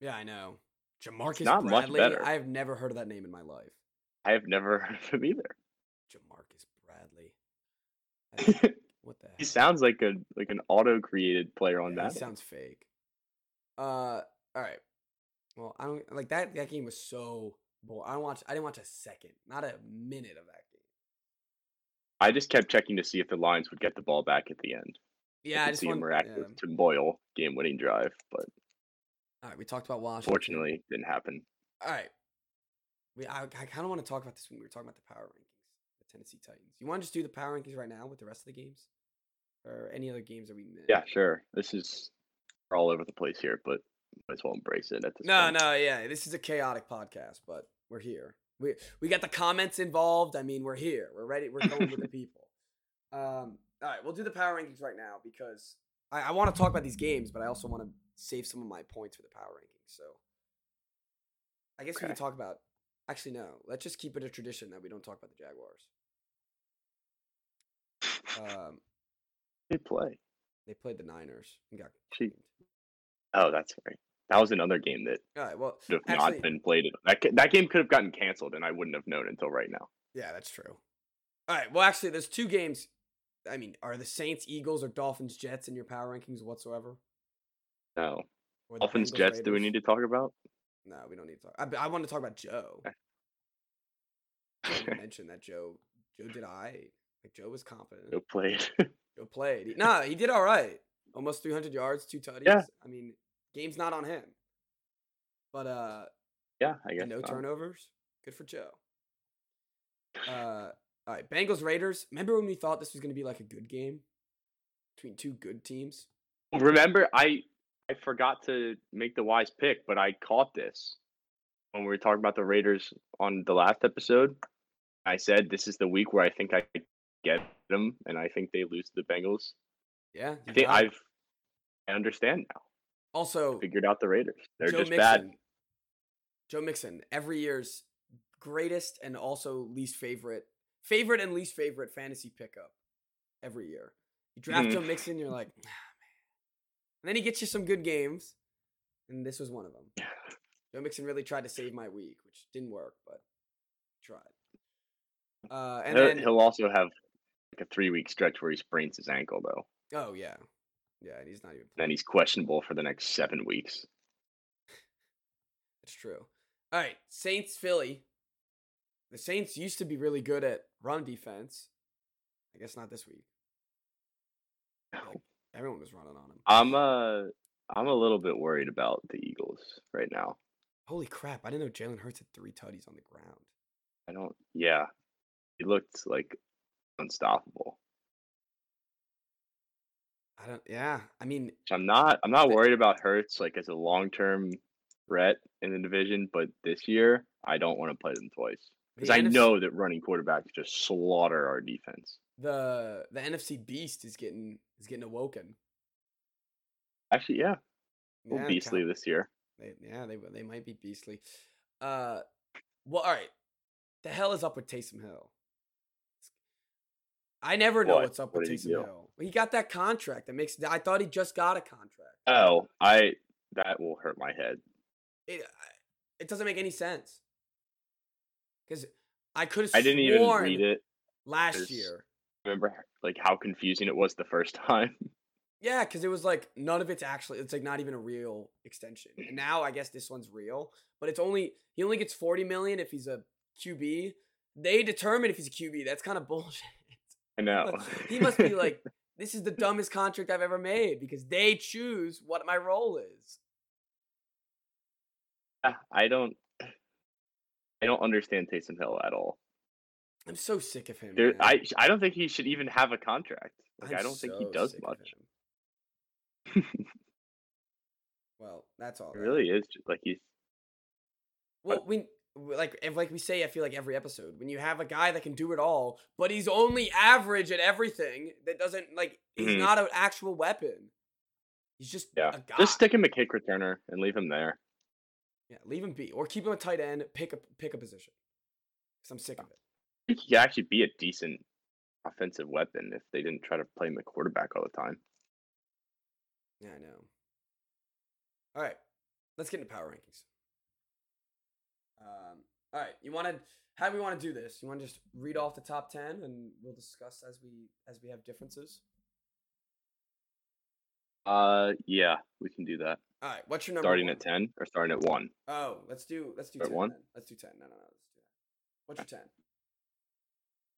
Speaker 1: yeah, I know. Jamarcus
Speaker 2: not much
Speaker 1: Bradley.
Speaker 2: better.
Speaker 1: I have never heard of that name in my life.
Speaker 2: I have never heard of him either.
Speaker 1: Jamarcus Bradley. That is- what the?
Speaker 2: He
Speaker 1: heck?
Speaker 2: sounds like a like an auto created player on
Speaker 1: Yeah,
Speaker 2: that.
Speaker 1: He sounds fake. Uh, all right. Well, I don't like that. That game was so boring. I don't watch. I didn't watch a second, not a minute of that game.
Speaker 2: I just kept checking to see if the Lions would get the ball back at the end.
Speaker 1: Yeah, I,
Speaker 2: could
Speaker 1: just
Speaker 2: see
Speaker 1: want.
Speaker 2: a
Speaker 1: yeah.
Speaker 2: miraculous Tim Boyle game winning drive, but
Speaker 1: All right, we talked about Washington.
Speaker 2: fortunately didn't happen.
Speaker 1: all right. We I, I kind of want to talk about this when we were talking about the power rankings, the Tennessee Titans. You want to just do the power rankings right now with the rest of the games, or any other games that we missed?
Speaker 2: Yeah, sure. This is we're all over the place here, but might as well embrace it at this
Speaker 1: No,
Speaker 2: point.
Speaker 1: no, yeah. This is a chaotic podcast, but we're here. We we got the comments involved. I mean, we're here. We're ready. We're going with the people. Um, all right, we'll do the power rankings right now because I, I want to talk about these games, but I also want to save some of my points for the power rankings. So I guess we can
Speaker 2: Okay.
Speaker 1: talk about. Actually, no. Let's just keep it a tradition that we don't talk about the Jaguars. Um,
Speaker 2: Good play.
Speaker 1: they played the Niners and got.
Speaker 2: Gee. Oh, that's right. That was another game that
Speaker 1: All right. Well,
Speaker 2: should have
Speaker 1: actually,
Speaker 2: not been played. at- That ca- that game could have gotten canceled, and I wouldn't have known until right now.
Speaker 1: Yeah, that's true. All right. Well, actually, there's two games. I mean, are the Saints, Eagles, or Dolphins, Jets in your power rankings whatsoever?
Speaker 2: No,
Speaker 1: Or the
Speaker 2: Dolphins
Speaker 1: Bengals,
Speaker 2: Jets. Do we
Speaker 1: Raiders?
Speaker 2: need to talk about?
Speaker 1: No, we don't need to talk. I, but I want to talk about Joe. I wanted to mention that Joe. Joe did I. Like Joe was confident.
Speaker 2: No played.
Speaker 1: Joe played. He, nah, he did all right. Almost 300 yards, two tutties.
Speaker 2: Yeah.
Speaker 1: I mean, game's not on him. But uh,
Speaker 2: yeah, I guess.
Speaker 1: and no
Speaker 2: not.
Speaker 1: turnovers. Good for Joe. Uh, all right, Bengals Raiders. Remember when we thought this was going to be like a good game between two good teams?
Speaker 2: Remember, I I forgot to make the wise pick, but I caught this when we were talking about the Raiders on the last episode. I said this is the week where I think I could get them, and I think they lose to the Bengals.
Speaker 1: Yeah.
Speaker 2: I
Speaker 1: you
Speaker 2: think
Speaker 1: got it.
Speaker 2: I've I understand now.
Speaker 1: also
Speaker 2: Figured out the Raiders. They're
Speaker 1: Joe
Speaker 2: just
Speaker 1: Mixon.
Speaker 2: bad.
Speaker 1: Joe Mixon, every year's greatest and also least favorite, favorite and least favorite fantasy pickup every year. You draft
Speaker 2: Mhm.
Speaker 1: Joe Mixon, you're like, ah, man. And then he gets you some good games, and this was one of them. Joe Mixon really tried to save my week, which didn't work, but tried. Uh, and
Speaker 2: he'll,
Speaker 1: then,
Speaker 2: he'll also have like a three week stretch where he sprains his ankle though.
Speaker 1: oh yeah, yeah, and he's not even.
Speaker 2: Then he's questionable for the next seven weeks.
Speaker 1: It's true. All right, Saints Philly. The Saints used to be really good at run defense. I guess not this week. Like, everyone was running on him.
Speaker 2: I'm uh I'm a little bit worried about the Eagles right now.
Speaker 1: Holy crap! I didn't know Jalen Hurts had three tutties on the ground.
Speaker 2: I don't yeah. He looked like unstoppable.
Speaker 1: I don't. Yeah, I mean,
Speaker 2: So I'm not I'm not
Speaker 1: But-
Speaker 2: worried about Hurts like as a long term threat in the division, but this year I don't want to play them twice. Because
Speaker 1: the
Speaker 2: I
Speaker 1: NFC
Speaker 2: know that running quarterbacks just slaughter our defense.
Speaker 1: the the NFC beast is getting is getting awoken.
Speaker 2: Actually, yeah, we're
Speaker 1: Yeah, Cal-
Speaker 2: Oh, beastly this year.
Speaker 1: They, yeah, they they might be beastly. Uh, well, all right. The hell is up with Taysom Hill? I never know
Speaker 2: What?
Speaker 1: what's up
Speaker 2: What
Speaker 1: with
Speaker 2: did
Speaker 1: Taysom
Speaker 2: he do?
Speaker 1: Hill. He got that contract that makes. I thought he just got a contract.
Speaker 2: Oh, I that will hurt my head.
Speaker 1: It I- it doesn't make any sense. Because I could have
Speaker 2: I didn't even read it.
Speaker 1: last
Speaker 2: There's-
Speaker 1: year.
Speaker 2: Remember like how confusing it was the first time.
Speaker 1: Yeah, because it was like none of it's actually. It's like not even a real extension. And now I guess this one's real, but it's only he only gets forty million if he's a QB. They determine if he's a QB. That's kind of bullshit.
Speaker 2: I know.
Speaker 1: he must be like, this is the dumbest contract I've ever made because they choose what my role is.
Speaker 2: I don't I don't understand Taysom Hill at all.
Speaker 1: I'm so sick of him.
Speaker 2: There,
Speaker 1: man.
Speaker 2: I I don't think he should even have a contract. Like
Speaker 1: I'm
Speaker 2: I don't think he
Speaker 1: so
Speaker 2: does
Speaker 1: sick of
Speaker 2: much.
Speaker 1: him. Well, that's all.
Speaker 2: It
Speaker 1: that.
Speaker 2: really is just like he's
Speaker 1: Well, when like if, like we say, I feel like every episode when you have a guy that can do it all, but he's only average at everything. That doesn't like he's
Speaker 2: Mhm.
Speaker 1: not an actual weapon. He's just
Speaker 2: yeah.
Speaker 1: a guy.
Speaker 2: Just stick him a kick returner and leave him there.
Speaker 1: yeah, leave him be or keep him a tight end. Pick a pick a position. Cause I'm sick of it.
Speaker 2: I think he could actually be a decent offensive weapon if they didn't try to play him a quarterback all the time.
Speaker 1: Yeah, I know. All right, let's get into power rankings. Um, all right, you want to how do we want to do this? You want to just read off the top ten, and we'll discuss as we as we have differences.
Speaker 2: Uh yeah, we can do that.
Speaker 1: All right, what's your number?
Speaker 2: starting
Speaker 1: one?
Speaker 2: at ten or starting at one.
Speaker 1: Oh, let's do let's do
Speaker 2: Start
Speaker 1: ten.
Speaker 2: one?
Speaker 1: then. Let's do ten. No, no, no. Let's do that. What's your ten?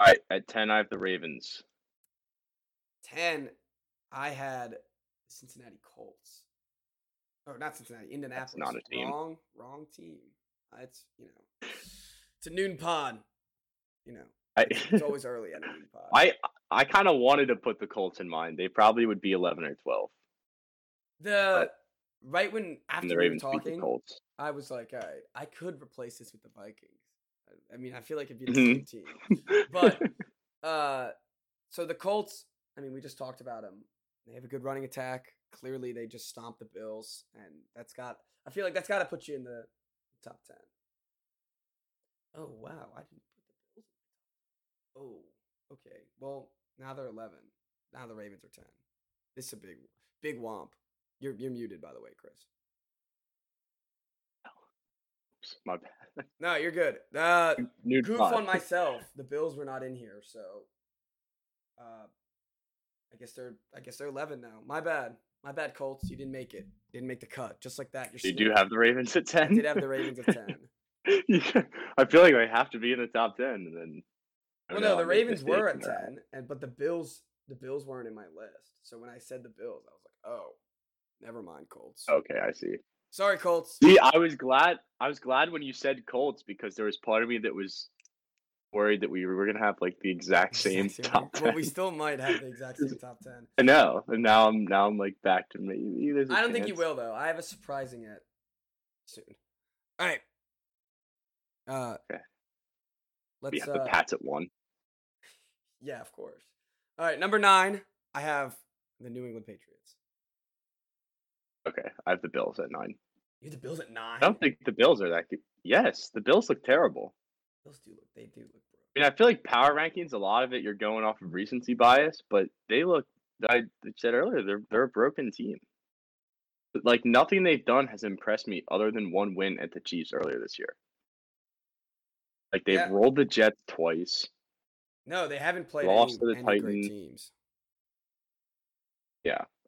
Speaker 2: All right, at ten I have the Ravens.
Speaker 1: Ten. I had Cincinnati Colts. Or not Cincinnati, Indianapolis.
Speaker 2: not a team.
Speaker 1: Wrong, wrong team. Uh, It's you know, it's a noon pod. You know,
Speaker 2: I
Speaker 1: it's always early at a noon pod.
Speaker 2: I I kind of wanted to put the Colts in mind. They probably would be eleven or twelve.
Speaker 1: the right when
Speaker 2: And
Speaker 1: after
Speaker 2: the
Speaker 1: we were
Speaker 2: Ravens beat the
Speaker 1: talking,
Speaker 2: Colts.
Speaker 1: I was like, all right, I could replace this with the Vikings. I mean, I feel like it'd be the
Speaker 2: Mm-hmm.
Speaker 1: same team. But uh, so the Colts. I mean, we just talked about them. They have a good running attack. Clearly, they just stomped the Bills, and that's got. I feel like that's got to put you in the top ten. Oh wow, I didn't put the Bills. in the top 10. Oh, okay. Well, now they're eleven. Now the Ravens are ten. This is a big, big womp. You're you're muted, by the way, Chris.
Speaker 2: my bad.
Speaker 1: No, you're good. Uh,
Speaker 2: New
Speaker 1: goof
Speaker 2: spot.
Speaker 1: on myself. The Bills were not in here, so uh, I guess they're I guess they're eleven now. My bad. My bad, Colts. You didn't make it. Didn't make the cut. Just like that. You're
Speaker 2: You do
Speaker 1: screwed.
Speaker 2: have the Ravens at
Speaker 1: I
Speaker 2: ten.
Speaker 1: did have the Ravens at ten.
Speaker 2: Yeah, I feel like they have to be in the top ten, and then. I
Speaker 1: Well,
Speaker 2: don't
Speaker 1: no,
Speaker 2: know, I
Speaker 1: the
Speaker 2: make
Speaker 1: Ravens were at
Speaker 2: mistakes and
Speaker 1: ten, and but the Bills the Bills weren't in my list. So when I said the Bills, I was like, oh, never mind, Colts.
Speaker 2: that. Okay, I see.
Speaker 1: Sorry, Colts.
Speaker 2: See, I was glad. I was glad when you said Colts because there was part of me that was worried that we were gonna have like the exact same
Speaker 1: Exact
Speaker 2: top
Speaker 1: Well,
Speaker 2: ten.
Speaker 1: we still might have the exact same top ten.
Speaker 2: I know, and now I'm now I'm like back to maybe. There's a
Speaker 1: I don't think you
Speaker 2: chance.
Speaker 1: will though. I have a surprising it soon. All right. Uh,
Speaker 2: Okay.
Speaker 1: Let's.
Speaker 2: Yeah, the
Speaker 1: uh,
Speaker 2: Pats at one.
Speaker 1: yeah, of course. All right, number nine. I have the New England Patriots.
Speaker 2: Okay, I have the Bills at nine.
Speaker 1: You have the Bills at nine.
Speaker 2: I don't think the Bills are that good. Yes, the Bills look terrible.
Speaker 1: Bills do look. They do look broke.
Speaker 2: I mean, I feel like power rankings. A lot of it you're going off of recency bias, but they look. I said earlier they're they're a broken team. But, Like nothing they've done has impressed me other than one win at the Chiefs earlier this year. Like they've
Speaker 1: Yeah.
Speaker 2: rolled the Jets twice.
Speaker 1: No, they haven't played any,
Speaker 2: Lost to the
Speaker 1: any great
Speaker 2: Titans.
Speaker 1: teams.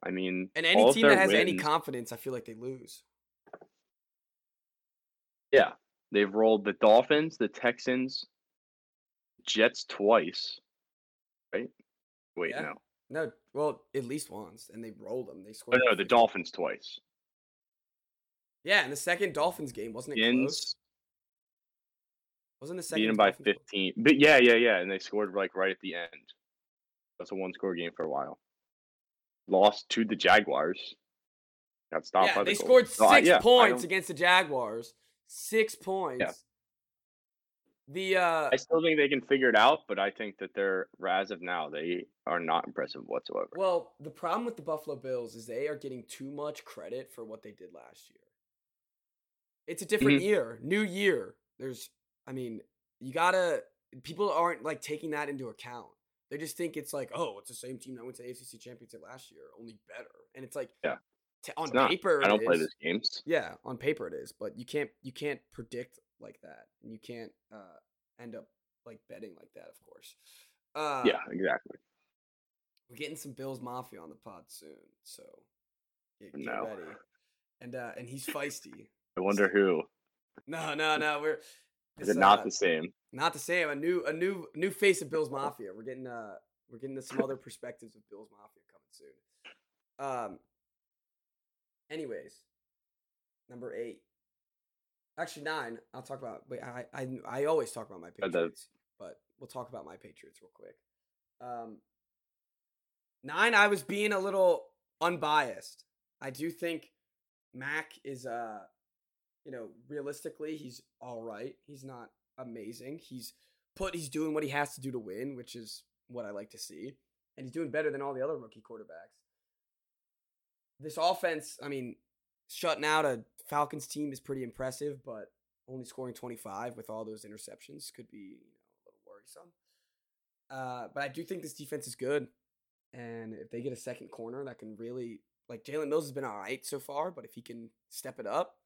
Speaker 2: I mean,
Speaker 1: And any
Speaker 2: all of
Speaker 1: team that
Speaker 2: their
Speaker 1: has any
Speaker 2: wins-
Speaker 1: confidence, I feel like they lose.
Speaker 2: Yeah. They've rolled the Dolphins, the Texans, Jets twice. Right? Wait,
Speaker 1: Yeah.
Speaker 2: no.
Speaker 1: No, well, at least once, and they rolled them. They
Speaker 2: Oh,
Speaker 1: scored.
Speaker 2: no, the
Speaker 1: fifty.
Speaker 2: Dolphins twice.
Speaker 1: Yeah, in the second Dolphins game, wasn't it close?
Speaker 2: Skins
Speaker 1: Wasn't the second
Speaker 2: beat them by
Speaker 1: Dolphins close?
Speaker 2: 15. But yeah, yeah, yeah. And they scored like right at the end. That's a one score game for a while. Lost to the Jaguars. Got stopped
Speaker 1: yeah,
Speaker 2: by the
Speaker 1: they
Speaker 2: Colts.
Speaker 1: scored six
Speaker 2: So I- yeah, I
Speaker 1: points
Speaker 2: don't-
Speaker 1: against the Jaguars. Six points. The uh
Speaker 2: I still think they can figure it out, but I think that they're, as of now, they are not impressive whatsoever.
Speaker 1: well, the problem with the Buffalo Bills is they are getting too much credit for what they did last year. It's a different
Speaker 2: Mm-hmm.
Speaker 1: year, new year. There's I mean, you got to people aren't like taking that into account. They just think it's like, oh, it's the same team that went to the ACC championship last year, only better. And it's like,
Speaker 2: Yeah.
Speaker 1: t- on
Speaker 2: It's not.
Speaker 1: paper,
Speaker 2: I don't
Speaker 1: it
Speaker 2: play
Speaker 1: is.
Speaker 2: those games.
Speaker 1: Yeah, on paper it is, but you can't you can't predict like that, and you can't uh, end up like betting like that. Of course. Uh,
Speaker 2: yeah, exactly.
Speaker 1: we're getting some Bills Mafia on the pod soon, so get, get
Speaker 2: No.
Speaker 1: ready. And uh, and he's feisty.
Speaker 2: I wonder who.
Speaker 1: No, no, no. We're
Speaker 2: Is
Speaker 1: this,
Speaker 2: it not
Speaker 1: uh,
Speaker 2: the same?
Speaker 1: not the same. A new a new new face of Bills Mafia. We're getting uh we're getting some other perspectives of Bills Mafia coming soon. Um. Anyways, number eight, actually nine. I'll talk about. Wait, I I I always talk about my
Speaker 2: the-
Speaker 1: Patriots, but we'll talk about my Patriots real quick. Um. Nine. I was being a little unbiased. I do think Mac is uh you know, realistically, he's all right. He's not amazing. He's put he's doing what he has to do to win, which is what I like to see. And he's doing better than all the other rookie quarterbacks. This offense, I mean, shutting out a Falcons team is pretty impressive, but only scoring 25 with all those interceptions could be, you know, a little worrisome. Uh, but I do think this defense is good. And if they get a second corner that can really like Jalen Mills has been all right so far, but if he can step it up,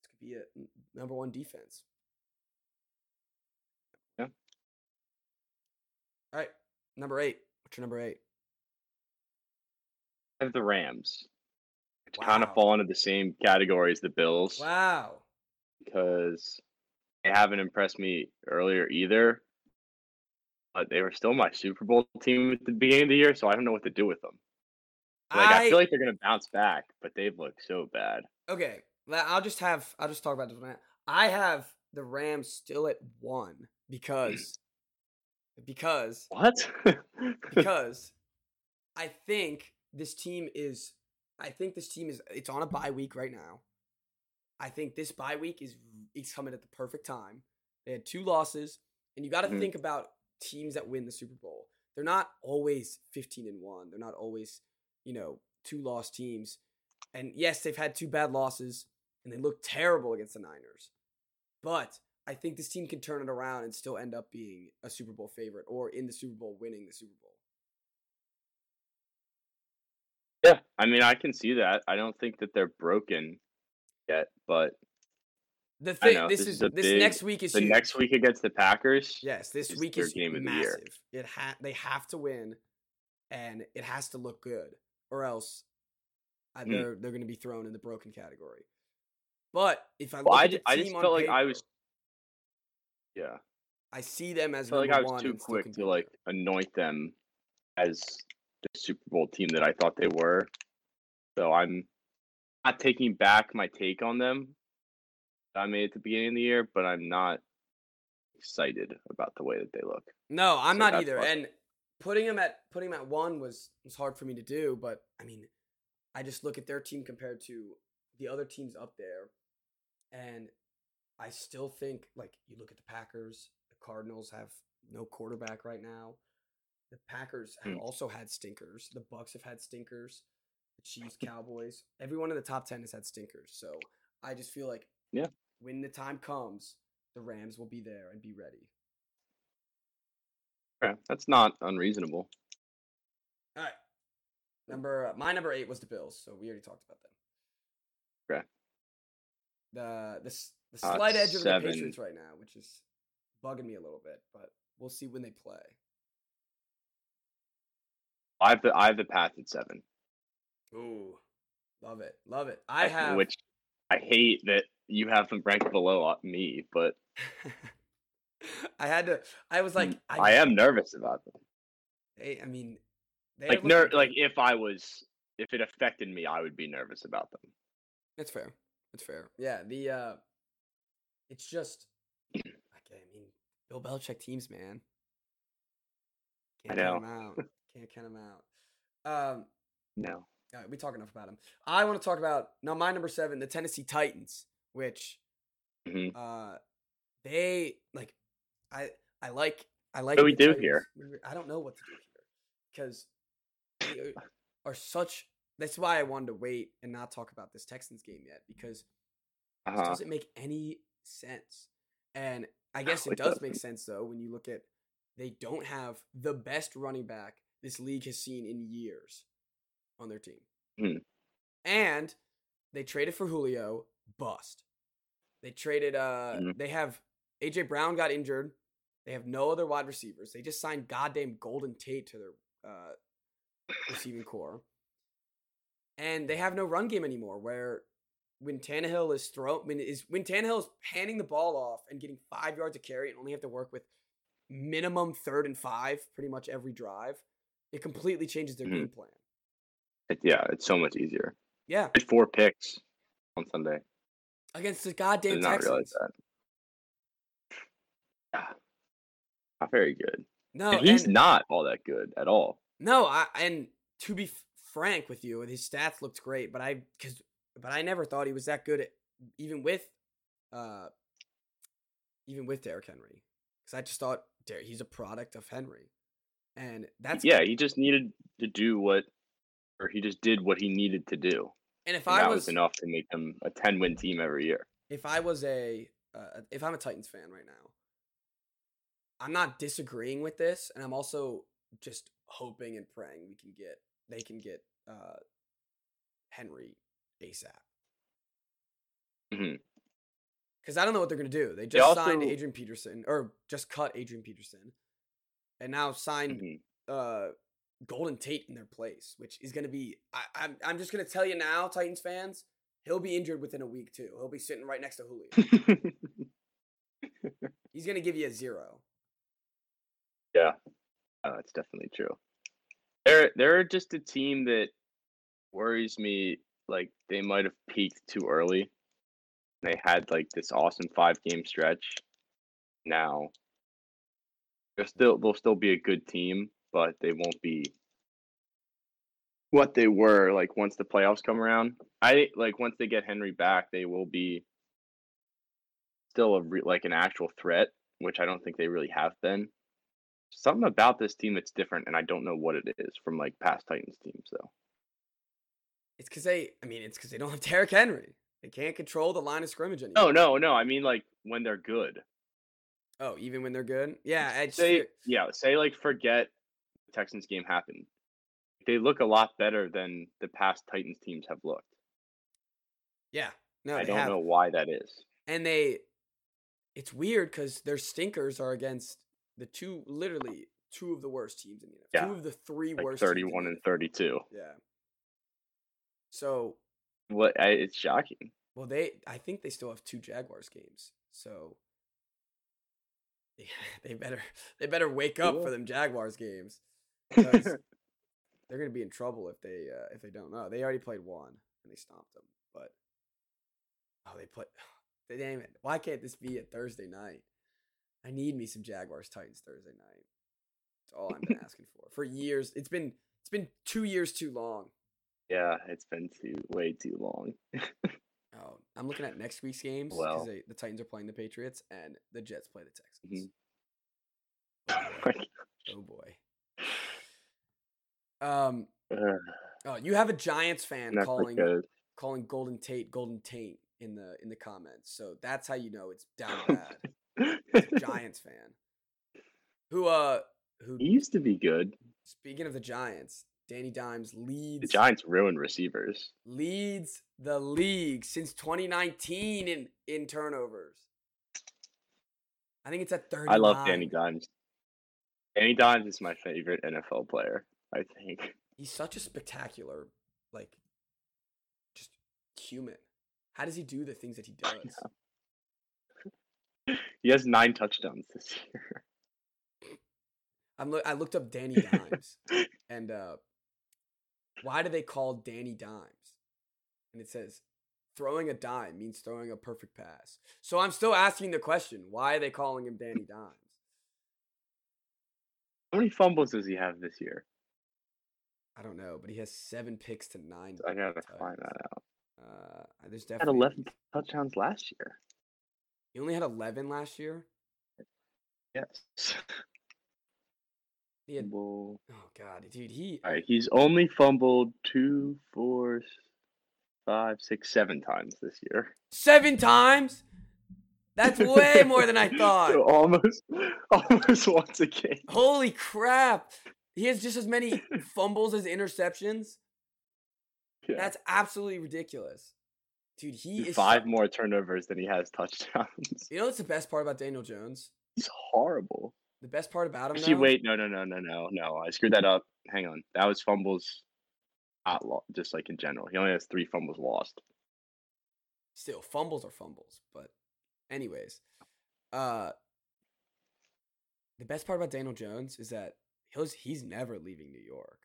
Speaker 1: this could be a n- number one defense.
Speaker 2: Yeah.
Speaker 1: All right, number eight. What's your number eight?
Speaker 2: I have the Rams. Which kind
Speaker 1: Wow.
Speaker 2: of fall into the same category as the Bills
Speaker 1: Wow.
Speaker 2: because they haven't impressed me earlier either. But they were still my Super Bowl team at the beginning of the year, so I don't know what to do with them. Like I, feel like they're gonna bounce back, but they've looked so bad.
Speaker 1: Okay, la- I'll just have I'll just talk about this one. I have the Rams still at one because because
Speaker 2: What?
Speaker 1: because I think this team is I think this team is it's on a bye week right now. I think this bye week is it's coming at the perfect time. They They had two losses, and you got to
Speaker 2: Mhm.
Speaker 1: think about teams that win the Super Bowl. They're not always 15 and 1. They're not always, you know, two loss teams. And yes, they've had two bad losses and they look terrible against the Niners. But I think this team can turn it around and still end up being a Super Bowl favorite or in the Super Bowl winning the Super Bowl.
Speaker 2: Yeah, I mean, I can see that. I don't think that they're broken yet, but
Speaker 1: The
Speaker 2: I
Speaker 1: thing
Speaker 2: know,
Speaker 1: this,
Speaker 2: this
Speaker 1: is,
Speaker 2: is a
Speaker 1: this
Speaker 2: big-
Speaker 1: next week is
Speaker 2: the
Speaker 1: huge.
Speaker 2: next week against the Packers,
Speaker 1: Yes, this
Speaker 2: is
Speaker 1: week
Speaker 2: their
Speaker 1: is
Speaker 2: game of the year.
Speaker 1: massive. It ha- they have to win, and it has to look good, or else uh,
Speaker 2: Hmm.
Speaker 1: they're they're going to be thrown in the broken category. But if I look
Speaker 2: Well, I
Speaker 1: at
Speaker 2: ju-
Speaker 1: the
Speaker 2: I just
Speaker 1: team on
Speaker 2: felt like I
Speaker 1: paper,
Speaker 2: was- yeah,
Speaker 1: I see them
Speaker 2: I
Speaker 1: as
Speaker 2: felt like
Speaker 1: number
Speaker 2: I was
Speaker 1: one
Speaker 2: too
Speaker 1: and still
Speaker 2: quick to
Speaker 1: compete.
Speaker 2: like anoint them as the Super Bowl team that I thought they were. So I'm not taking back my take on them that I made at the beginning of the year, but I'm not excited about the way that they look.
Speaker 1: No, I'm
Speaker 2: So
Speaker 1: not
Speaker 2: that's
Speaker 1: either.
Speaker 2: why-
Speaker 1: And putting them at putting 'em at one was was hard for me to do. But I mean, I just look at their team compared to the other teams up there, and I still think like you look at the Packers. The Cardinals have no quarterback right now. The Packers have
Speaker 2: Mm.
Speaker 1: also had stinkers. The Bucks have had stinkers. The Chiefs, Cowboys, everyone in the top ten has had stinkers. So I just feel like
Speaker 2: Yeah.
Speaker 1: when the time comes, the Rams will be there and be ready.
Speaker 2: Yeah, that's not unreasonable.
Speaker 1: All right. Number uh, my number eight was the Bills, so we already talked about them.
Speaker 2: Okay.
Speaker 1: The the s- the
Speaker 2: Uh,
Speaker 1: slight edge of the
Speaker 2: seven.
Speaker 1: Patriots right now, which is bugging me a little bit, but we'll see when they play.
Speaker 2: I have the I have the path at seven,
Speaker 1: Ooh, love it, love it. I
Speaker 2: like,
Speaker 1: have
Speaker 2: which I hate that you have them ranked below uh, me, but
Speaker 1: I had to. I was like,
Speaker 2: mm, I am nervous about them.
Speaker 1: They, I mean, they
Speaker 2: Like
Speaker 1: look
Speaker 2: ner- like if I was if it affected me, I would be nervous about them.
Speaker 1: That's fair. That's fair. Yeah, the uh it's just like, I mean Bill Belichick teams, man.
Speaker 2: I
Speaker 1: Can't count 'em out. Can't count 'em out. Um
Speaker 2: No.
Speaker 1: all right, we talk enough about him. I want to talk about now my number seven, the Tennessee Titans, which
Speaker 2: Mhm.
Speaker 1: uh they like I I like I like
Speaker 2: do we
Speaker 1: the
Speaker 2: do
Speaker 1: Titans.
Speaker 2: here?
Speaker 1: We- I don't know what to do here because they are- are such that's why I wanted to wait and not talk about this Texans game yet because this
Speaker 2: Uh-huh.
Speaker 1: doesn't make any sense. And I guess
Speaker 2: No,
Speaker 1: it
Speaker 2: it
Speaker 1: does make
Speaker 2: doesn't.
Speaker 1: sense though when you look at they don't have the best running back this league has seen in years on their team.
Speaker 2: Hmm.
Speaker 1: And they traded for Julio, bust. They traded uh
Speaker 2: Mhm.
Speaker 1: they have AJ Brown got injured. They have no other wide receivers. They just signed goddamn Golden Tate to their uh receiving core. And they have no run game anymore. Where when Tannehill is throw when is when Tannehill is handing the ball off and getting five yards of carry and only have to work with minimum third and five pretty much every drive, it completely changes their
Speaker 2: Mhm.
Speaker 1: game plan.
Speaker 2: It- yeah, it's so much easier.
Speaker 1: Yeah,
Speaker 2: I had four picks on Sunday.
Speaker 1: against the
Speaker 2: I
Speaker 1: goddamn
Speaker 2: did not
Speaker 1: Texans.
Speaker 2: realize that. Yeah. Not very good.
Speaker 1: No,
Speaker 2: and he's
Speaker 1: Oh, and-
Speaker 2: not all that good at all.
Speaker 1: No, I and to be f- frank with you, his stats looked great, but I because but I never thought he was that good, at, even with, uh, even with Derrick Henry, because I just thought Der- he's a product of Henry, and that's
Speaker 2: yeah, he just needed to do what or he just did what he needed to do.
Speaker 1: And if
Speaker 2: And
Speaker 1: I
Speaker 2: that
Speaker 1: was,
Speaker 2: was enough to make them a 10 win team every year.
Speaker 1: if I was a uh, if I'm a Titans fan right now, I'm not disagreeing with this, and I'm also just hoping and praying we can get they can get uh, Henry ASAP.
Speaker 2: Mhm.
Speaker 1: Because I don't know what they're gonna do. They just signed
Speaker 2: also-
Speaker 1: Adrian Peterson, or just cut Adrian Peterson, and now signed
Speaker 2: Mhm.
Speaker 1: uh, Golden Tate in their place, which is going to be. I, I'm I'm just going to tell you now, Titans fans, he'll be injured within a week too. He'll be sitting right next to Julio.
Speaker 2: Mm-hmm.
Speaker 1: He's going to give you a zero.
Speaker 2: Oh, that's definitely true. They're they're just a team that worries me. Like they might have peaked too early. They had like this awesome five game stretch. Now they're still they'll still be a good team, but they won't be what they were like once the playoffs come around. I like once they get Henry back, they will be still a re- like an actual threat which I don't think they really have been. Something about this team that's different, and I don't know what it is from like past Titans teams though.
Speaker 1: It's because they, I mean, it's because they don't have Derrick Henry. They can't control the line of scrimmage anymore.
Speaker 2: No, no, no. I mean like when they're good.
Speaker 1: Oh, even when they're good? Yeah. I just,
Speaker 2: Say yeah, say like forget the Texans game happened. They look a lot better than the past Titans teams have looked.
Speaker 1: yeah. No,
Speaker 2: I
Speaker 1: they
Speaker 2: don't
Speaker 1: have.
Speaker 2: know why that is.
Speaker 1: and they it's weird because their stinkers are against the two literally two of the worst teams in the NFL.
Speaker 2: Yeah,
Speaker 1: Two of the three
Speaker 2: Like
Speaker 1: worst teams in the
Speaker 2: 31 and
Speaker 1: NFL.
Speaker 2: 32.
Speaker 1: Yeah. So
Speaker 2: What I, it's shocking.
Speaker 1: well they I think they still have two Jaguars games. So yeah, they better they better wake up for
Speaker 2: will.
Speaker 1: them Jaguars games. 'cause they're gonna be in trouble if they uh, if they don't know. They already played one and they stomped them, but oh, they put. Damn it! Why can't this be a Thursday night? I need me some Jaguars Titans Thursday night. It's all I've been asking for for years. It's been it's been two years too long.
Speaker 2: yeah, it's been too way too long.
Speaker 1: Oh, I'm looking at next week's games
Speaker 2: Well.
Speaker 1: because the Titans are playing the Patriots and the Jets play the Texans.
Speaker 2: Mhm. Like,
Speaker 1: Oh boy. Um.
Speaker 2: uh,
Speaker 1: Oh, you have a Giants fan
Speaker 2: not
Speaker 1: calling
Speaker 2: good.
Speaker 1: calling Golden Tate Golden Taint in the in the comments. So that's how you know it's down bad. Giants fan. Who uh who
Speaker 2: he used to be good.
Speaker 1: speaking of the Giants, Danny Dimes
Speaker 2: The
Speaker 1: leads
Speaker 2: Giants ruined receivers.
Speaker 1: leads the league since 2019 in in turnovers. I think it's at 30.
Speaker 2: I love Danny Dimes. Danny Dimes is my favorite NFL player. I think
Speaker 1: He's such a spectacular like just human. How does he do the things that he does?
Speaker 2: he has nine touchdowns this year.
Speaker 1: I'm loo- I looked up Danny Dimes and uh, why do they call Danny Dimes? And it says throwing a dime means throwing a perfect pass. So I'm still asking the question: Why are they calling him Danny Dimes?
Speaker 2: How many fumbles does he have this year?
Speaker 1: I don't know, but he has seven picks to nine.
Speaker 2: I gotta
Speaker 1: touchdowns.
Speaker 2: find that out.
Speaker 1: Uh, there's
Speaker 2: He had
Speaker 1: definitely
Speaker 2: eleven touchdowns last year.
Speaker 1: he only had eleven last year.
Speaker 2: Yes.
Speaker 1: He had
Speaker 2: Fumble.
Speaker 1: oh god, dude, he
Speaker 2: All right, he's only fumbled two, four, s- five, six, seven times this year.
Speaker 1: seven times. That's way more than I thought.
Speaker 2: so almost, almost once a game.
Speaker 1: Holy crap! He has just as many fumbles as interceptions.
Speaker 2: Yeah.
Speaker 1: That's absolutely ridiculous, dude. He is
Speaker 2: five
Speaker 1: so-
Speaker 2: more turnovers than he has touchdowns.
Speaker 1: You know what's the best part about Daniel Jones?
Speaker 2: He's horrible.
Speaker 1: The best part about him.
Speaker 2: Actually,
Speaker 1: though-
Speaker 2: wait, no, no, no, no, no, no. I screwed that up. Hang on, that was fumbles. Not lo- just like in general. He only has three fumbles lost.
Speaker 1: Still, fumbles are fumbles. But, anyways, uh, the best part about Daniel Jones is that he's he's never leaving New York.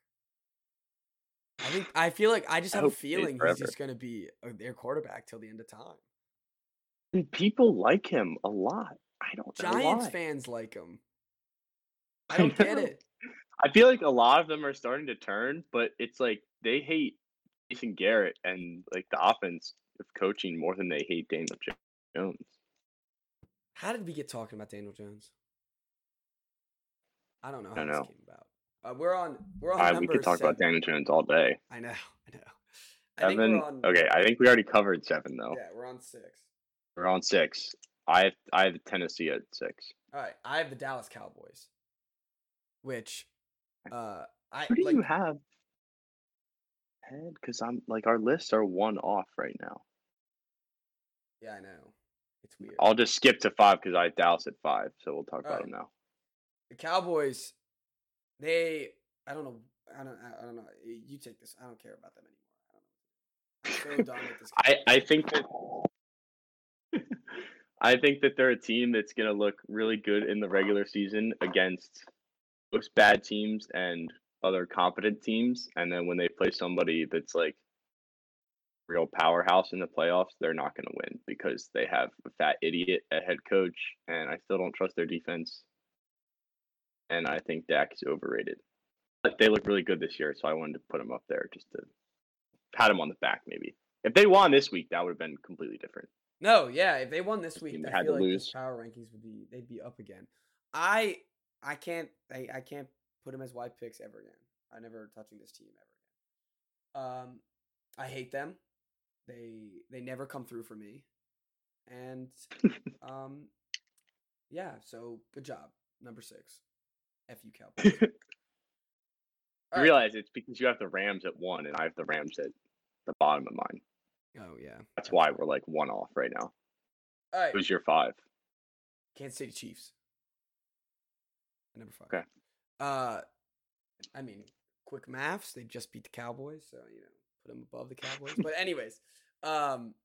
Speaker 1: I think I feel like I just
Speaker 2: I
Speaker 1: have a
Speaker 2: hope he stays
Speaker 1: feeling he's
Speaker 2: forever.
Speaker 1: just gonna be uh, their quarterback till the end of time.
Speaker 2: And people like him a lot. I don't know
Speaker 1: Giants
Speaker 2: why.
Speaker 1: fans like him. I
Speaker 2: I
Speaker 1: don't get
Speaker 2: know.
Speaker 1: it.
Speaker 2: I feel like a lot of them are starting to turn, but it's like they hate Jason Garrett and like the offense of coaching more than they hate Daniel Jo- Jones.
Speaker 1: How did we get talking about Daniel Jones? I don't know how
Speaker 2: don't
Speaker 1: this
Speaker 2: know.
Speaker 1: came about. Uh, we're on. We're on.
Speaker 2: I-
Speaker 1: number
Speaker 2: we could talk about
Speaker 1: seven.
Speaker 2: Daniel Jones all day.
Speaker 1: I know. I know. I think
Speaker 2: Seven.
Speaker 1: we're on.
Speaker 2: Okay, I think we already covered seven though.
Speaker 1: Yeah, we're on six.
Speaker 2: We're on six. I have I have Tennessee at six.
Speaker 1: All right. I have the Dallas Cowboys, which, uh, I
Speaker 2: Who do
Speaker 1: like,
Speaker 2: you have? Head, because I'm like our lists are one off right now.
Speaker 1: Yeah, I know. It's weird.
Speaker 2: I'll just skip to five because I have Dallas at five, so we'll talk about
Speaker 1: Alright.
Speaker 2: them now.
Speaker 1: the Cowboys, they. I don't know. I don't. I I don't know. Y- You take this. I don't care about them anymore. I don't know. I'm so done with this.
Speaker 2: I I think that I think that they're a team that's gonna look really good in the regular season against most bad teams and other competent teams, and then when they play somebody that's like real powerhouse in the playoffs, they're not gonna win because they have a fat idiot at head coach, and I still don't trust their defense. And I think Dak is overrated. But they look really good this year, so I wanted to put him up there just to pat him on the back, maybe. If they won this week, that would have been completely different.
Speaker 1: No, yeah. If they won this week,
Speaker 2: team that
Speaker 1: I
Speaker 2: had
Speaker 1: feel
Speaker 2: to
Speaker 1: like these
Speaker 2: lose.
Speaker 1: power rankings would be they'd be up again. I I can't I, I can't put them as wide picks ever again. I never touching this team ever again. Um, I hate them. They they never come through for me, and um, yeah. So good job, number six. F you, Cowboys.
Speaker 2: I
Speaker 1: All right.
Speaker 2: realize it's because you have the Rams at one and I have the Rams at the bottom of mine.
Speaker 1: Oh yeah.
Speaker 2: That's why we're like one off right now.
Speaker 1: All right.
Speaker 2: Who's your five?
Speaker 1: Kansas City Chiefs. At Number five.
Speaker 2: Okay.
Speaker 1: Uh, I mean, quick maths. They just beat the Cowboys, so you know, put them above the Cowboys. but anyways, um,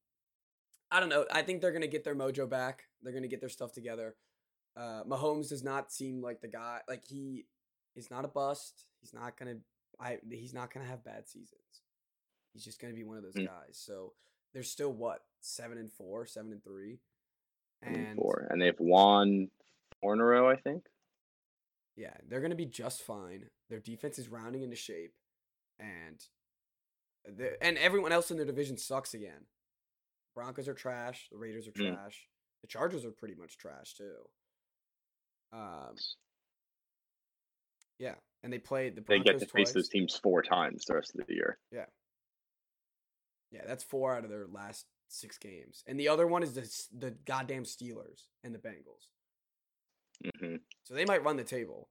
Speaker 1: I don't know. I think they're gonna get their mojo back. They're gonna get their stuff together. Uh, Mahomes does not seem like the guy. Like he is not a bust. He's not gonna. I. He's not gonna have bad seasons. He's just gonna be one of those
Speaker 2: Mm.
Speaker 1: guys. So they're still what seven and four, seven and three,
Speaker 2: And four. And they've won four in a row, I think.
Speaker 1: Yeah, they're going to be just fine. Their defense is rounding into shape, and the and everyone else in their division sucks again. Broncos are trash. The Raiders are
Speaker 2: Mm.
Speaker 1: trash. The Chargers are pretty much trash too. Um, yeah, and they played the
Speaker 2: They
Speaker 1: Broncos
Speaker 2: get to
Speaker 1: twice.
Speaker 2: face those teams four times the rest of the year.
Speaker 1: Yeah, that's four out of their last six games, and the other one is the S- the goddamn Steelers and the Bengals.
Speaker 2: hmm
Speaker 1: So they might run the table.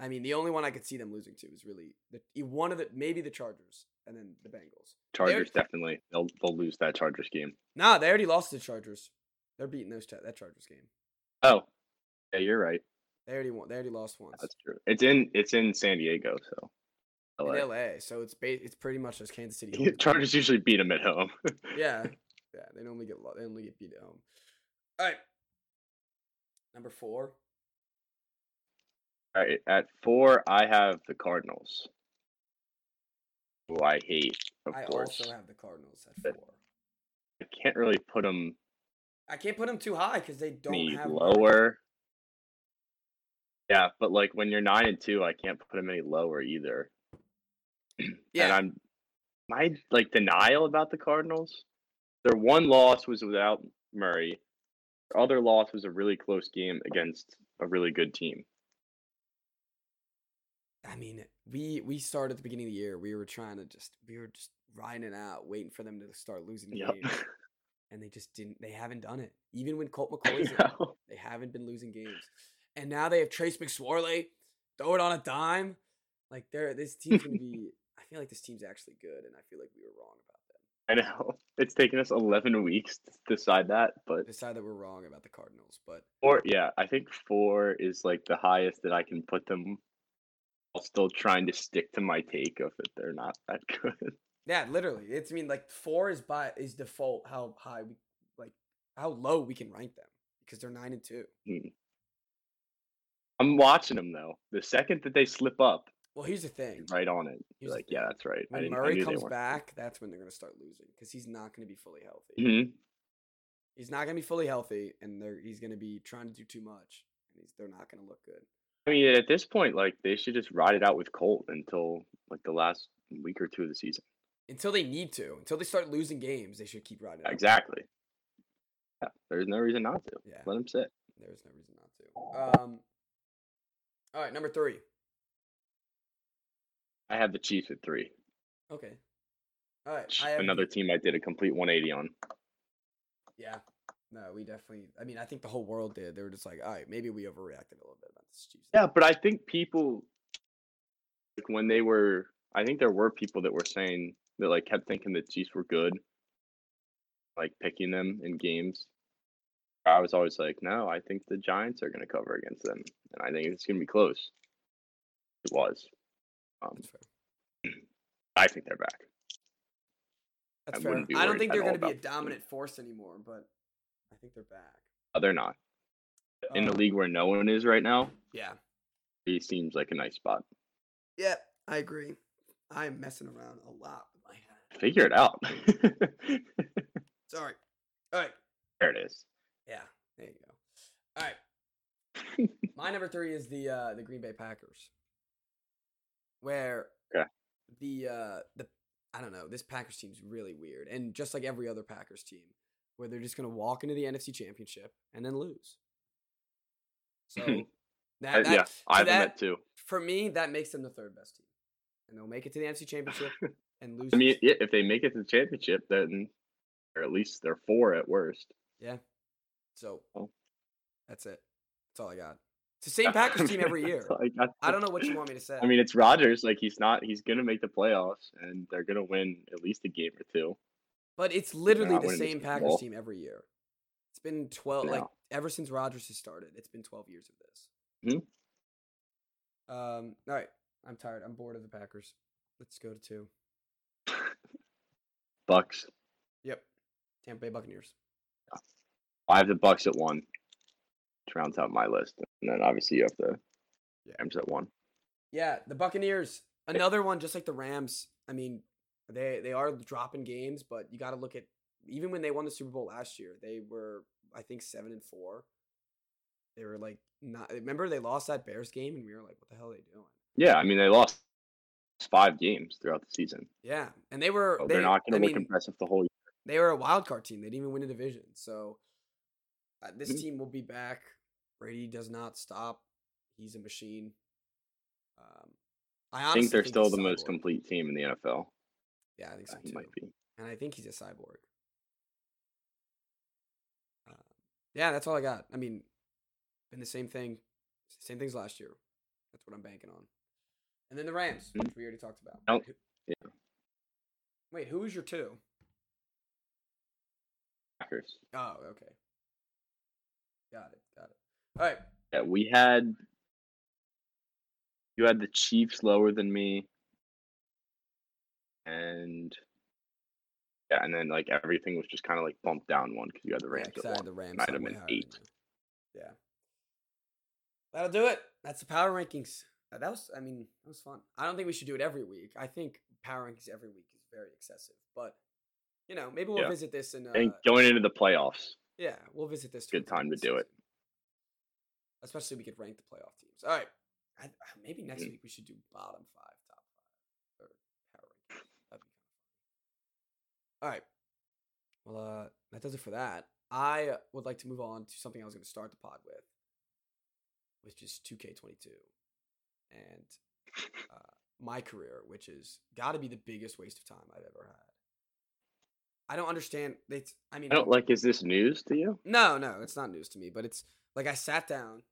Speaker 1: I mean, the only one I could see them losing to is really the e- one of the maybe the Chargers and then the Bengals.
Speaker 2: Chargers definitely they'll they'll lose that Chargers game.
Speaker 1: Nah, they already lost to the Chargers. They're beating those cha- that Chargers game.
Speaker 2: Oh, yeah, you're right.
Speaker 1: They already won. They already lost once
Speaker 2: That's true. It's in it's in San Diego, so LA.
Speaker 1: in LA. So it's ba- it's pretty much those Kansas City. home games.
Speaker 2: Chargers usually beat them at home.
Speaker 1: Yeah, yeah. They normally get lo- they only get beat at home. All right, number four.
Speaker 2: All right, at four, I have the Cardinals, who I hate. Of
Speaker 1: I
Speaker 2: course,
Speaker 1: also have the Cardinals at
Speaker 2: But-
Speaker 1: four.
Speaker 2: I can't really put them
Speaker 1: I can't put them too high because they don't
Speaker 2: any
Speaker 1: have Murray.
Speaker 2: lower. Yeah, but like when you're nine and two, I can't put them any lower either. And
Speaker 1: Yeah,
Speaker 2: I'm my like denial about the Cardinals. Their one loss was without Murray. Their other loss was a really close game against a really good team.
Speaker 1: I mean, we we started at the beginning of the year. We were trying to just we were just riding it out, waiting for them to start losing the
Speaker 2: Yep.
Speaker 1: game, and they just didn't. They haven't done it. Even when Colt McCoy's in,
Speaker 2: No.
Speaker 1: They haven't been losing games. And now they have Trace McSorley. Throw it on a dime. Like they're this team's gonna be I feel like this team's actually good and I feel like we were wrong about them.
Speaker 2: I know it's taken us eleven weeks to decide that, but
Speaker 1: Decide that we're wrong about the Cardinals, but
Speaker 2: Four, yeah, I think four is like the highest that I can put them. While still trying to stick to my take of that they're not that good.
Speaker 1: yeah, literally. It's I mean like four is by is default how high we like how low we can rank them because they're nine and two.
Speaker 2: I'm watching them though. The second that they slip up,
Speaker 1: Well here's the thing.
Speaker 2: right on it. You're
Speaker 1: Here's the
Speaker 2: like, yeah,
Speaker 1: thing.
Speaker 2: that's right. I
Speaker 1: When
Speaker 2: didn't. I
Speaker 1: Murray
Speaker 2: knew they
Speaker 1: comes
Speaker 2: weren't.
Speaker 1: back, that's when they're gonna start losing because he's not gonna be fully healthy.
Speaker 2: Mhm.
Speaker 1: He's not gonna be fully healthy and they're he's gonna be trying to do too much and he's, they're not gonna look good.
Speaker 2: I mean, at this point, like they should just ride it out with Colt until like the last week or two of the season.
Speaker 1: until they need to, until they start losing games, they should keep riding. it out.
Speaker 2: Exactly. Yeah, there's no reason not to.
Speaker 1: Yeah,
Speaker 2: Let them sit.
Speaker 1: there's no reason not to. Um. All right, number three.
Speaker 2: I have the Chiefs at three.
Speaker 1: Okay. All right.
Speaker 2: Ch-
Speaker 1: I have
Speaker 2: Another
Speaker 1: the-
Speaker 2: team I did a complete 180 on.
Speaker 1: Yeah. No, we definitely. I mean, I think the whole world did. They were just like, all right, maybe we overreacted a little bit about this Chiefs.
Speaker 2: Yeah, but I think people like when they were I think there were people that were saying that like kept thinking the Chiefs were good, like picking them in games. I was always like, no, I think the Giants are gonna cover against them. And I think it's gonna be close. It was. Um,
Speaker 1: That's fair.
Speaker 2: I think they're back.
Speaker 1: That's
Speaker 2: I
Speaker 1: fair.
Speaker 2: wouldn't be
Speaker 1: I don't
Speaker 2: worried
Speaker 1: think
Speaker 2: at
Speaker 1: they're
Speaker 2: all
Speaker 1: going to be
Speaker 2: about
Speaker 1: a
Speaker 2: this team.
Speaker 1: dominant force anymore, but I think they're back.
Speaker 2: Oh, they're not. In the
Speaker 1: Um,
Speaker 2: league where no one is right now,
Speaker 1: Yeah.
Speaker 2: he seems like a nice spot.
Speaker 1: Yeah, I agree. I'm messing around a lot with my hand.
Speaker 2: Figure it out. there
Speaker 1: Sorry. All right.
Speaker 2: it is.
Speaker 1: Yeah, there you go. All right. My number three is the uh, the Green Bay Packers, where
Speaker 2: Okay.
Speaker 1: the uh, the I don't know this Packers team's really weird, and just like every other Packers team, where they're just going to walk into the NFC Championship and then lose. So that, that,
Speaker 2: yeah,
Speaker 1: so
Speaker 2: I have them
Speaker 1: that-
Speaker 2: at two.
Speaker 1: for me, that makes them the third best team, and they'll make it to the NFC Championship and lose.
Speaker 2: I mean,
Speaker 1: this-
Speaker 2: yeah, if they make it to the championship, then or at least they're four at worst.
Speaker 1: yeah. So
Speaker 2: Oh.
Speaker 1: that's it. That's all I got. It's the same Packers team every year.
Speaker 2: That's all I got.
Speaker 1: I don't know what you want me to say.
Speaker 2: I mean, it's Rodgers. Like he's not. He's gonna make the playoffs, and they're gonna win at least a game or two.
Speaker 1: but it's literally
Speaker 2: not
Speaker 1: the
Speaker 2: winning the
Speaker 1: same
Speaker 2: Super
Speaker 1: Packers
Speaker 2: Bowl.
Speaker 1: team every year. It's been twelve, like
Speaker 2: No.
Speaker 1: ever since Rodgers has started. It's been twelve years of this.
Speaker 2: Mhm. Mm-hmm.
Speaker 1: Um. All right. I'm tired. I'm bored of the Packers. Let's go to two.
Speaker 2: Bucks.
Speaker 1: Yep. Tampa Bay Buccaneers.
Speaker 2: I have the Bucks at one. Which rounds out my list, and then obviously you have the
Speaker 1: Yeah.
Speaker 2: Rams at one.
Speaker 1: Yeah, the Buccaneers. Another one just like the Rams. I mean, they they are dropping games, but you got to look at even when they won the Super Bowl last year, they were I think 7 and 4. They were like not remember they lost that Bears game and we were like what the hell are they doing?
Speaker 2: Yeah, I mean they lost five games throughout the season.
Speaker 1: Yeah, and they were
Speaker 2: So
Speaker 1: they,
Speaker 2: Oh, they're not
Speaker 1: I
Speaker 2: gonna look
Speaker 1: mean,
Speaker 2: impressive the whole year.
Speaker 1: they were a wild card team. They didn't even win a division. So uh, this
Speaker 2: Mhm.
Speaker 1: team will be back. Brady does not stop. He's a machine. Um, I,
Speaker 2: I
Speaker 1: honestly
Speaker 2: think they're
Speaker 1: he's
Speaker 2: still the most
Speaker 1: cyborg.
Speaker 2: complete team in the NFL.
Speaker 1: Yeah, I think so
Speaker 2: He
Speaker 1: too.
Speaker 2: might be.
Speaker 1: and I think he's a cyborg. Uh, yeah, that's all I got. I mean, been the same thing, same things last year. That's what I'm banking on. And then the Rams,
Speaker 2: Mhm.
Speaker 1: which we already talked about.
Speaker 2: Nope.
Speaker 1: Who-
Speaker 2: Yeah.
Speaker 1: Wait, who is your two?
Speaker 2: Packers.
Speaker 1: Oh, okay. Got it. Got it. All right.
Speaker 2: Yeah, we had you had the Chiefs lower than me, and yeah, and then like everything was just kind of like bumped down one because you had the Rams
Speaker 1: Yeah, 'cause I
Speaker 2: at
Speaker 1: had
Speaker 2: one.
Speaker 1: the Rams.
Speaker 2: Might
Speaker 1: on
Speaker 2: have
Speaker 1: way
Speaker 2: been
Speaker 1: higher than
Speaker 2: eight.
Speaker 1: you. Yeah. That'll do it. That's the power rankings. Uh, That was, I mean, that was fun. I don't think we should do it every week. I think power rankings every week is very excessive, but you know, maybe we'll
Speaker 2: Yeah.
Speaker 1: visit this in. Uh,
Speaker 2: and going into the playoffs,
Speaker 1: yeah, we'll visit this.
Speaker 2: Good
Speaker 1: towards the end
Speaker 2: time
Speaker 1: of
Speaker 2: to
Speaker 1: the
Speaker 2: do it.
Speaker 1: season. Especially, we could rank the playoff teams. All right, I, I- maybe next
Speaker 2: Mhm.
Speaker 1: week we should do bottom five, top five, or power rankings. That'd be kind of fun. All right. Well, uh, that does it for that. I would like to move on to something I was going to start the pod with, which is 2K22, and uh, my career, which is got to be the biggest waste of time I've ever had. I don't understand. It's, I mean,
Speaker 2: I don't like. Is this news to you?
Speaker 1: no, no, it's not news to me, but it's like I sat down,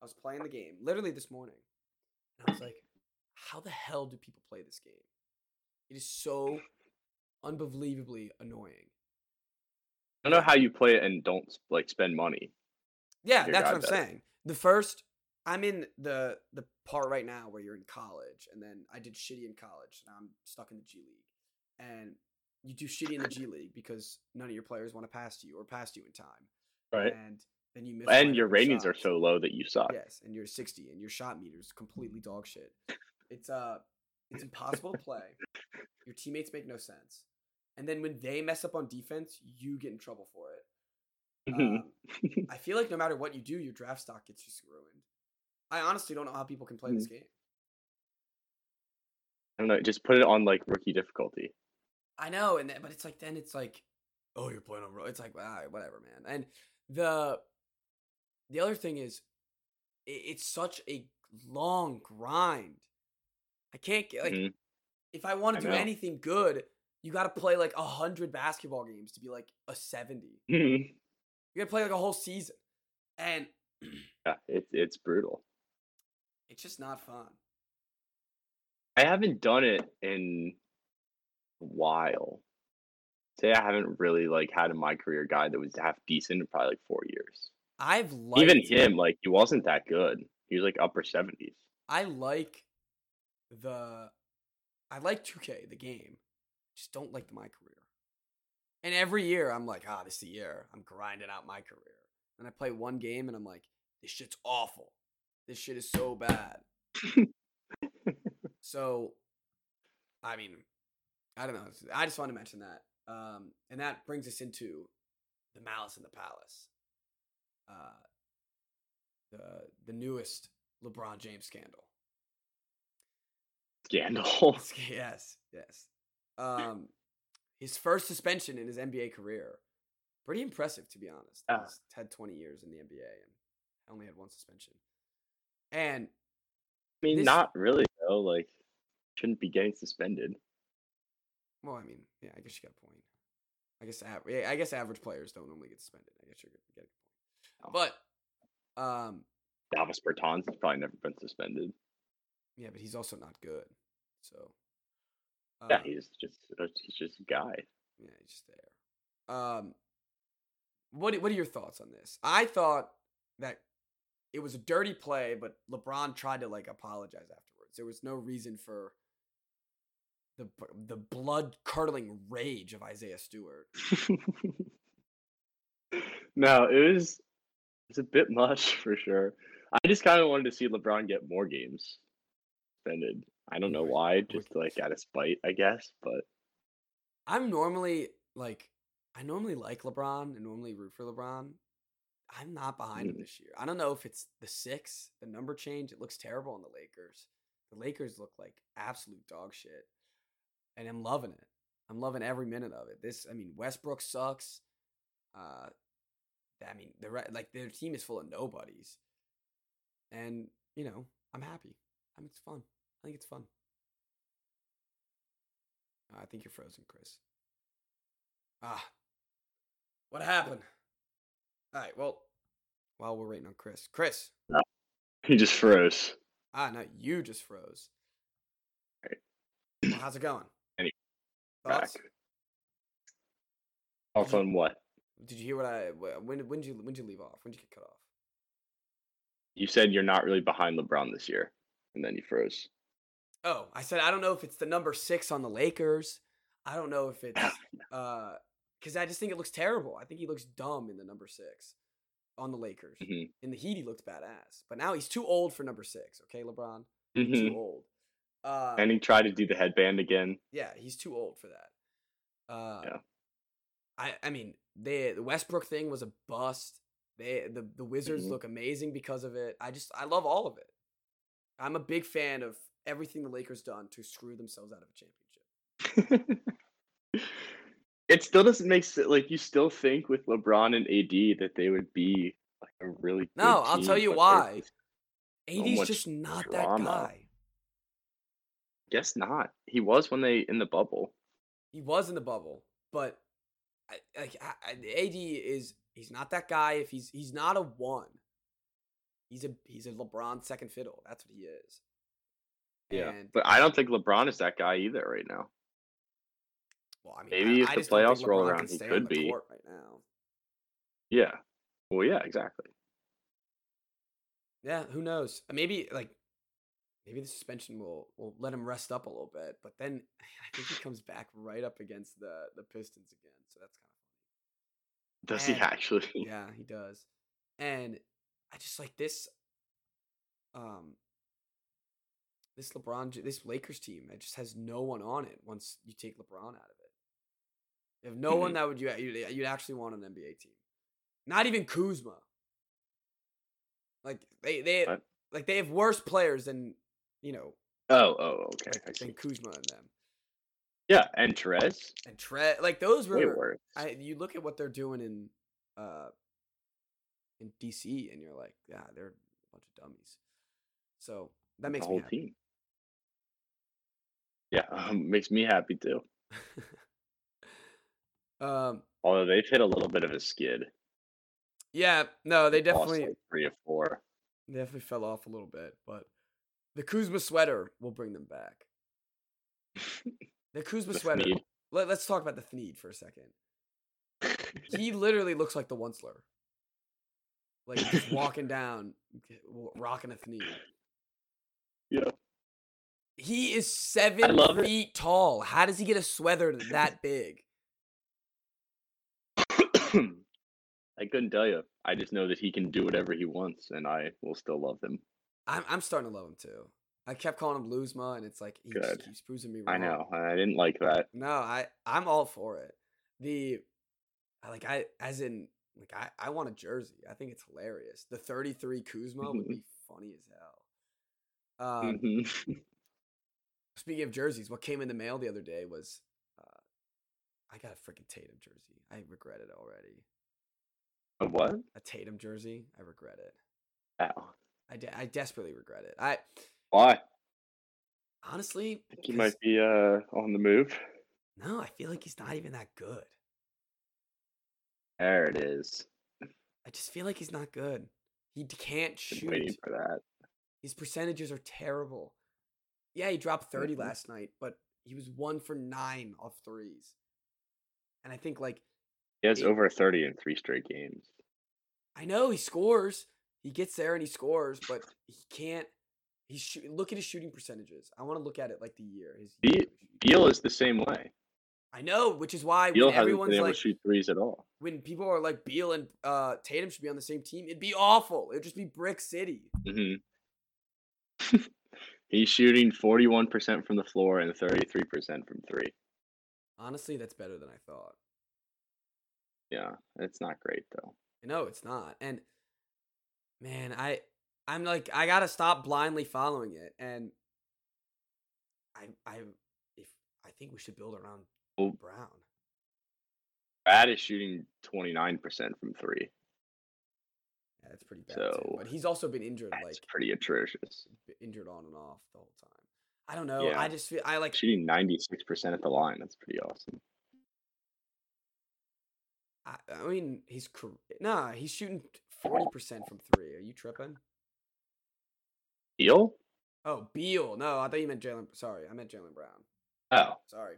Speaker 1: I was playing the game literally this morning, and I was like, how the hell do people play this game? It is so unbelievably annoying.
Speaker 2: I don't know how you play it and don't like spend money.
Speaker 1: Yeah,
Speaker 2: Dear
Speaker 1: that's
Speaker 2: God,
Speaker 1: what I'm
Speaker 2: that-
Speaker 1: saying. The first, I'm in the the part right now where you're in college, and then I did shitty in college, and I'm stuck in the G League. And you do shitty in the G League because none of your players want to pass to you or pass to you in time, and then you miss.
Speaker 2: And
Speaker 1: wide
Speaker 2: your
Speaker 1: open
Speaker 2: ratings are
Speaker 1: shots.
Speaker 2: so low that you suck.
Speaker 1: Yes, and you're 60, and your shot meter's completely dog shit. It's uh, it's impossible to play. Your teammates make no sense, and then when they mess up on defense, you get in trouble for it.
Speaker 2: Mhm.
Speaker 1: Um, I feel like no matter what you do, your draft stock gets just ruined. I honestly don't know how people can play this game.
Speaker 2: I don't know. Just put it on like rookie difficulty.
Speaker 1: I know, and then, but it's like then it's like, oh, you're playing on road. It's like, all right, whatever, man. And the the other thing is, i it's such a long grind. I can't get like
Speaker 2: Mhm.
Speaker 1: if I want
Speaker 2: I
Speaker 1: to do
Speaker 2: know.
Speaker 1: anything good, you got to play like a hundred basketball games to be like a seventy.
Speaker 2: Mhm.
Speaker 1: You got to play like a whole season, and
Speaker 2: yeah, it's it's brutal.
Speaker 1: it's just not fun.
Speaker 2: I haven't done it in a while. Say I haven't really like had a my career guy that was half decent in probably like four years.
Speaker 1: I've liked
Speaker 2: Even him, like he wasn't that good. He was like upper seventies.
Speaker 1: I like the I like 2K, the game. Just don't like the my career. And every year I'm like, ah, this is the year. I'm grinding out my career. And I play one game and I'm like, this shit's awful. This shit is so bad. so I mean, I don't know. I just wanted to mention that. Um, and that brings us into the Malice in the Palace. Uh the the newest LeBron James scandal.
Speaker 2: Scandal.
Speaker 1: yes, yes. Um, his first suspension in his NBA career Pretty impressive, to be honest.
Speaker 2: Yeah.
Speaker 1: He's had 20 years in the NBA and only had one suspension. And
Speaker 2: I mean,
Speaker 1: This-
Speaker 2: not really though. Like, shouldn't be getting suspended.
Speaker 1: Well, I mean, yeah, I guess you got a point. I guess av- yeah, I guess average players don't normally get suspended. I guess you're gonna get a good
Speaker 2: Oh.
Speaker 1: point. But um,
Speaker 2: Davis Bertans has probably never been suspended.
Speaker 1: yeah, but he's also not good. So uh,
Speaker 2: yeah, he's just uh, he's just a guy.
Speaker 1: yeah, he's just there. Um, what what are your thoughts on this? I thought that it was a dirty play, but LeBron tried to like apologize afterwards. There was no reason for the the blood curdling rage of Isaiah Stewart.
Speaker 2: no, it was it's a bit much for sure. I just kind of wanted to see LeBron get more games suspended. I don't know
Speaker 1: Right.
Speaker 2: why, just like out of spite, I guess. But
Speaker 1: I'm normally like I normally like LeBron and normally root for LeBron. I'm not behind him
Speaker 2: Mm.
Speaker 1: this year. I don't know if it's the six, the number change. It looks terrible on the Lakers. The Lakers look like absolute dog shit. And I'm loving it. I'm loving every minute of it. This I mean, Westbrook sucks. Uh I mean, the re- like their team is full of nobodies. And, you know, I'm happy. I mean, it's fun. I think it's fun. I think you're frozen, Chris. Ah. What happened? All right, well, while we're waiting on Chris. Chris.
Speaker 2: he just froze.
Speaker 1: Ah, no, you just froze.
Speaker 2: Right.
Speaker 1: Well, how's it going?
Speaker 2: Any-
Speaker 1: Thoughts?
Speaker 2: Back.
Speaker 1: Mm-hmm.
Speaker 2: Thoughts on what
Speaker 1: Did you hear what I wh- when when did you when did you leave off? When did you get cut off?
Speaker 2: you said? You're not really behind LeBron this year, and then you froze.
Speaker 1: Oh, I said I don't know if it's the number six on the Lakers. I don't know if it's uh because I just think it looks terrible. I think he looks dumb in the number six on the Lakers.
Speaker 2: Mhm.
Speaker 1: In the Heat, he looked badass, but now he's too old for number six. Okay, LeBron,
Speaker 2: Mhm.
Speaker 1: too old. Uh,
Speaker 2: And he tried to do the headband again.
Speaker 1: yeah, he's too old for that. Uh,
Speaker 2: Yeah.
Speaker 1: I I mean they the Westbrook thing was a bust. They the the Wizards
Speaker 2: Mhm.
Speaker 1: look amazing because of it. I just I love all of it. I'm a big fan of everything the Lakers done to screw themselves out of a championship.
Speaker 2: it still doesn't make sense. Like you still think with LeBron and AD that they would be like a really good
Speaker 1: No, I'll tell
Speaker 2: team,
Speaker 1: you
Speaker 2: but they're
Speaker 1: why.
Speaker 2: just- so
Speaker 1: AD's
Speaker 2: much
Speaker 1: just not that
Speaker 2: drama.
Speaker 1: guy.
Speaker 2: Guess not. He was when they in the bubble.
Speaker 1: He was in the bubble, but I, like I, I- AD is he's not that guy. If he's he's not a one, he's a he's a LeBron second fiddle. That's what he is. And,
Speaker 2: but I don't think LeBron is that guy either right now.
Speaker 1: well, I mean,
Speaker 2: maybe
Speaker 1: I-
Speaker 2: if
Speaker 1: I
Speaker 2: the
Speaker 1: just don't think
Speaker 2: playoffs roll
Speaker 1: LeBron
Speaker 2: around,
Speaker 1: can
Speaker 2: he
Speaker 1: stay on
Speaker 2: could
Speaker 1: the
Speaker 2: be.
Speaker 1: court right now.
Speaker 2: Yeah. Well, yeah, exactly.
Speaker 1: Yeah, who knows? Uh, Maybe like maybe the suspension will will let him rest up a little bit, but then I think he comes back right up against the the Pistons again. So that's kind of
Speaker 2: Does he
Speaker 1: And-
Speaker 2: actually?
Speaker 1: yeah he does and i just like this um this lebron J- this lakers team it just has no one on it once you take lebron out of it you have no
Speaker 2: Mm-hmm.
Speaker 1: one that would you you'd, you'd actually want on an nba team not even kuzma like they they
Speaker 2: What?
Speaker 1: like they have worse players than you know
Speaker 2: Oh, oh, okay. I
Speaker 1: like, than
Speaker 2: see.
Speaker 1: kuzma and them
Speaker 2: Yeah, and Therese.
Speaker 1: and Tre like those
Speaker 2: Way
Speaker 1: were
Speaker 2: worse.
Speaker 1: I you look at what they're doing in uh in DC and you're like, yeah, they're a bunch of dummies. So that
Speaker 2: the
Speaker 1: makes me
Speaker 2: whole
Speaker 1: happy.
Speaker 2: team. Yeah, um, makes me happy too.
Speaker 1: um
Speaker 2: Although they've hit a little bit of a skid.
Speaker 1: yeah, no, they
Speaker 2: They've lost,
Speaker 1: definitely
Speaker 2: like, three or four.
Speaker 1: they definitely fell off a little bit, but the Kuzma sweater will bring them back. The Kuzma
Speaker 2: The
Speaker 1: sweater.
Speaker 2: Sneed.
Speaker 1: Let, us talk about the Thneed for a second. He literally looks like the Onceler. Like just walking down, rocking a Thneed.
Speaker 2: Yeah.
Speaker 1: He is seven
Speaker 2: love it.
Speaker 1: feet tall. How does he get a sweater that big?
Speaker 2: I couldn't tell you. I just know that he can do whatever he wants, and I will still love him.
Speaker 1: I'm, I'm starting to love him too. I kept calling him Luzma, and it's like he just
Speaker 2: Good.
Speaker 1: keeps proving me wrong.
Speaker 2: I know. and I didn't like that.
Speaker 1: No, I I'm all for it. The I like I as in like I I want a jersey. I think it's hilarious. The 33 Kuzma would
Speaker 2: Mhm.
Speaker 1: be funny as hell. Um,
Speaker 2: Mhm.
Speaker 1: Speaking of jerseys, what came in the mail the other day was uh, I got a freaking Tatum jersey. I regret it already.
Speaker 2: A what?
Speaker 1: A Tatum jersey. I regret it.
Speaker 2: Ow.
Speaker 1: I, de- I desperately regret it. I
Speaker 2: Why? I
Speaker 1: honestly,
Speaker 2: think he
Speaker 1: 'cause-
Speaker 2: might be uh on the move.
Speaker 1: no, I feel like he's not even that good.
Speaker 2: There it is.
Speaker 1: I just feel like he's not good. He d- can't
Speaker 2: Been waiting
Speaker 1: shoot.
Speaker 2: for that.
Speaker 1: His percentages are terrible. Yeah, he dropped 30
Speaker 2: Mhm.
Speaker 1: last night, but he was one for nine off threes. And I think, like,
Speaker 2: He has
Speaker 1: Eight.
Speaker 2: over thirty in three straight games.
Speaker 1: I know he scores. He gets there and he scores, but he can't. He's shoo- look at his shooting percentages. I want to look at it like the year. His
Speaker 2: Be-
Speaker 1: yearly shooting
Speaker 2: Beal is the same way.
Speaker 1: I know, which is why
Speaker 2: Beal
Speaker 1: when
Speaker 2: hasn't been
Speaker 1: everyone's
Speaker 2: able
Speaker 1: like,
Speaker 2: to shoot threes at all.
Speaker 1: when people are like Beal and uh, Tatum should be on the same team, it'd be awful. It'd just be brick city.
Speaker 2: hmm Mm-hmm. He's shooting forty-one percent from the floor and thirty-three percent from three.
Speaker 1: Honestly, that's better than I thought.
Speaker 2: Yeah, it's not great though.
Speaker 1: No, it's not. And man, I I'm like I gotta stop blindly following it. And I I if I think we should build around
Speaker 2: Well,
Speaker 1: Brown.
Speaker 2: Brad is shooting twenty-nine percent from three.
Speaker 1: Yeah, that's pretty bad. too. But
Speaker 2: so,
Speaker 1: he's also been injured,
Speaker 2: That's
Speaker 1: like
Speaker 2: pretty atrocious.
Speaker 1: b- injured on and off the whole time. I don't know.
Speaker 2: Yeah.
Speaker 1: I just feel I like
Speaker 2: Shooting ninety-six percent at the line. That's pretty awesome.
Speaker 1: I, I mean he's cor- nah he's shooting forty percent from three. Are you tripping?
Speaker 2: Beal?
Speaker 1: Oh Beal. No, I thought you meant Jalen. Sorry, I meant Jalen Brown.
Speaker 2: Oh,
Speaker 1: Sorry.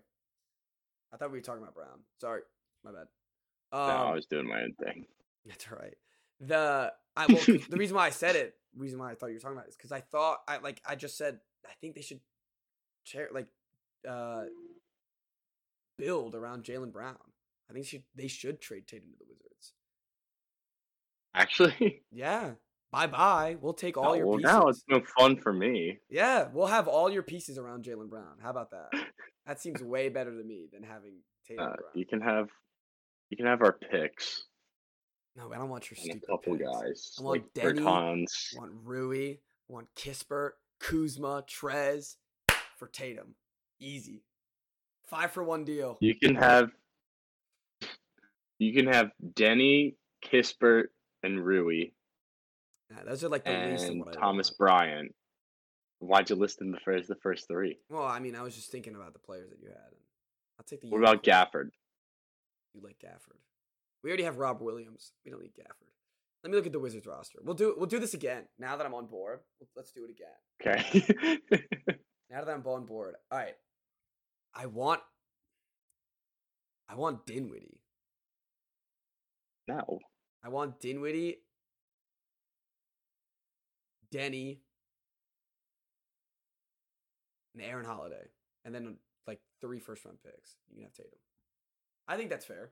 Speaker 1: I thought we were talking about Brown. Sorry. My bad.
Speaker 2: no,
Speaker 1: Um,
Speaker 2: I was doing my own thing.
Speaker 1: That's all right. The I well, 'cause the reason why I said it, reason why I thought you were talking about it is because I thought I like I just said I think they should chair like uh build around Jalen Brown. I think should they should trade Tatum to the Wizards.
Speaker 2: Actually,
Speaker 1: Yeah. Bye bye. We'll take all
Speaker 2: no,
Speaker 1: your
Speaker 2: Oh, well,
Speaker 1: pieces.
Speaker 2: now it's no fun for me.
Speaker 1: Yeah, we'll have all your pieces around Jalen Brown. How about that? That seems way better to me than having Tatum
Speaker 2: Uh,
Speaker 1: Brown.
Speaker 2: you can have, you can have our picks
Speaker 1: No, I don't want your
Speaker 2: and a
Speaker 1: stupid
Speaker 2: couple
Speaker 1: picks.
Speaker 2: guys
Speaker 1: I
Speaker 2: like
Speaker 1: want Denny.
Speaker 2: Bertans.
Speaker 1: I want Rui, I want Kispert, Kuzma, Trez for Tatum. Easy. Five for one deal.
Speaker 2: You can have, you can have Denny, Kispert, and Rui,
Speaker 1: Yeah, those are like the least of
Speaker 2: and
Speaker 1: what I
Speaker 2: Thomas
Speaker 1: want.
Speaker 2: Bryant. Why'd you list them the first, the first three?
Speaker 1: Well, I mean, I was just thinking about the players that you had. And I'll take the.
Speaker 2: What about
Speaker 1: Gafford?
Speaker 2: Gafford?
Speaker 1: You like Gafford? We already have Rob Williams. We don't need Gafford. Let me look at the Wizards roster. We'll do we'll do this again. Now that I'm on board, We'll- let's do it again.
Speaker 2: Okay.
Speaker 1: Now that I'm on board, all right. I want. I want Dinwiddie.
Speaker 2: no.
Speaker 1: I want Dinwiddie, Denny, and Aaron Holiday, and then like three first round picks. You can have Tatum. I think that's fair.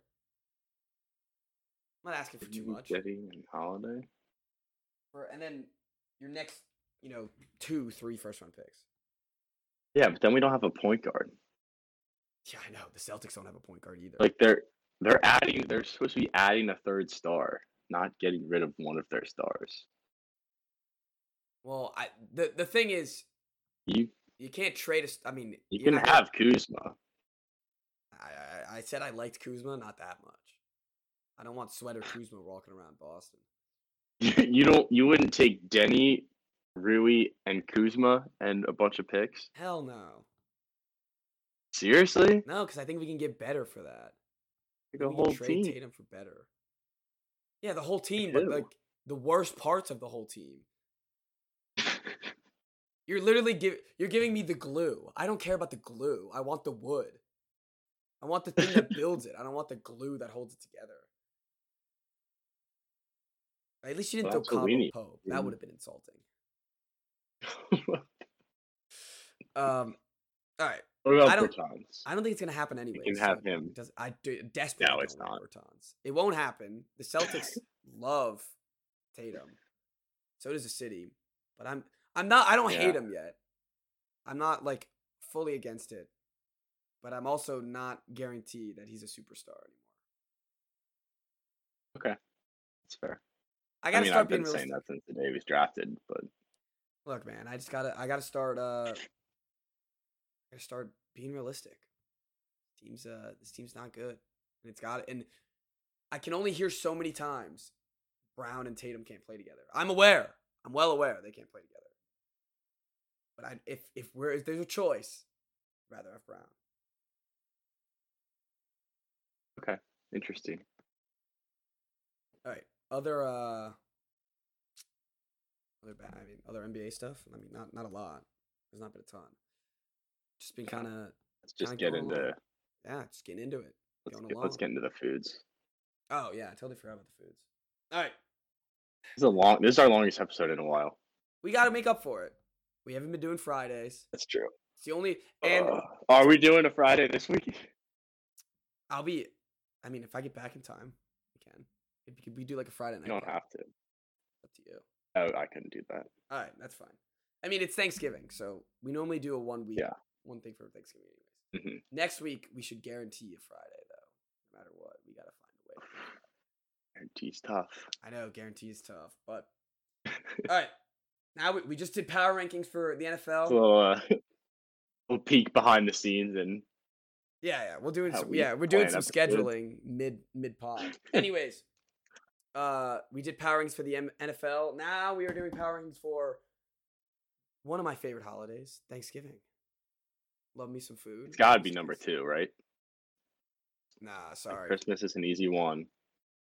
Speaker 1: I'm not asking for too much.
Speaker 2: Denny and Holiday.
Speaker 1: For, and then your next, you know, two, three first round picks.
Speaker 2: Yeah, but then we don't have a point guard.
Speaker 1: Yeah, I know. The Celtics don't have a point guard either.
Speaker 2: Like they're they're adding they're supposed to be adding a third star, not getting rid of one of their stars.
Speaker 1: well, I the, the thing is,
Speaker 2: You
Speaker 1: you can't trade us. I mean,
Speaker 2: you
Speaker 1: you're
Speaker 2: can
Speaker 1: not gonna-
Speaker 2: have Kuzma.
Speaker 1: I, I, I said I liked Kuzma, not that much. I don't want sweater Kuzma walking around Boston.
Speaker 2: you don't you wouldn't take Denny, Rui, and Kuzma and a bunch of picks.
Speaker 1: Hell no.
Speaker 2: Seriously?
Speaker 1: No, because I think we can get better for that.
Speaker 2: Like
Speaker 1: I
Speaker 2: a
Speaker 1: think we
Speaker 2: whole
Speaker 1: can trade
Speaker 2: team.
Speaker 1: Tatum for better. Yeah, the whole team, but
Speaker 2: do.
Speaker 1: like the worst parts of the whole team. You're literally give you're giving me the glue. I don't care about the glue. I want the wood. I want the thing that builds it. I don't want the glue that holds it together. At least you didn't
Speaker 2: Well, that's
Speaker 1: throw
Speaker 2: what we
Speaker 1: Cabo
Speaker 2: need.
Speaker 1: Pope. That
Speaker 2: Mhm.
Speaker 1: would have been insulting. Um, all right.
Speaker 2: what
Speaker 1: I
Speaker 2: about
Speaker 1: don't-
Speaker 2: Bertans?
Speaker 1: I don't think it's gonna happen anyway.
Speaker 2: can have him.
Speaker 1: Does, I do, desperately
Speaker 2: it's
Speaker 1: don't
Speaker 2: not.
Speaker 1: want Bertans. It won't happen. The Celtics love Tatum. So does the city. But I'm I'm not I don't hate
Speaker 2: Yeah.
Speaker 1: him yet. I'm not like fully against it. But I'm also not guaranteed that he's a superstar anymore.
Speaker 2: That's fair.
Speaker 1: I
Speaker 2: I,
Speaker 1: gotta
Speaker 2: mean,
Speaker 1: start
Speaker 2: I've
Speaker 1: being
Speaker 2: been
Speaker 1: realistic.
Speaker 2: saying that since the day he was drafted, but
Speaker 1: Look, man, I just gotta I gotta start uh I gotta start being realistic. Team's uh this team's not good. And it's got and I can only hear so many times Brown and Tatum can't play together. I'm aware. I'm well aware they can't play together. But I, if if we're if there's a choice, I'd rather have Brown.
Speaker 2: Interesting.
Speaker 1: All right. Other uh other ba- I mean other NBA stuff. I mean not not a lot. There's not been a ton. Just been kind of
Speaker 2: Let's just
Speaker 1: Kinda
Speaker 2: get
Speaker 1: going
Speaker 2: into
Speaker 1: yeah, just getting into it.
Speaker 2: let's
Speaker 1: going
Speaker 2: get,
Speaker 1: along.
Speaker 2: let's get into the foods.
Speaker 1: Oh yeah, I totally forgot about the foods. All right,
Speaker 2: This is a long. This is our longest episode in a while.
Speaker 1: we got to make up for it. We haven't been doing Fridays.
Speaker 2: That's true.
Speaker 1: It's the only and
Speaker 2: are we doing a Friday this week?
Speaker 1: I'll be. I mean, if I get back in time, we can. If we could- we do like a Friday night.
Speaker 2: You don't
Speaker 1: game,
Speaker 2: have to.
Speaker 1: Up to you.
Speaker 2: Oh, I couldn't do that.
Speaker 1: All right, that's fine. I mean, it's Thanksgiving, so we normally do a one week,
Speaker 2: Yeah.
Speaker 1: one thing for Thanksgiving, anyways.
Speaker 2: hmm
Speaker 1: Next week, we should guarantee a Friday, though. No matter what, we gotta find a way.
Speaker 2: Guarantee's tough.
Speaker 1: I know guarantee is tough, but all right. Now we, we just did power rankings for the NFL.
Speaker 2: So, uh, we'll peek behind the scenes and
Speaker 1: Yeah, yeah, we're doing
Speaker 2: how
Speaker 1: some,
Speaker 2: we
Speaker 1: yeah, we're doing some
Speaker 2: plan episode.
Speaker 1: scheduling mid mid pod. Anyways, uh, we did power rankings for the M- NFL. Now we are doing power rankings for one of my favorite holidays, Thanksgiving. Love me some food.
Speaker 2: it's got to be
Speaker 1: Christmas.
Speaker 2: number two, right?
Speaker 1: Nah,
Speaker 2: Like,
Speaker 1: sorry,
Speaker 2: Christmas is an easy one.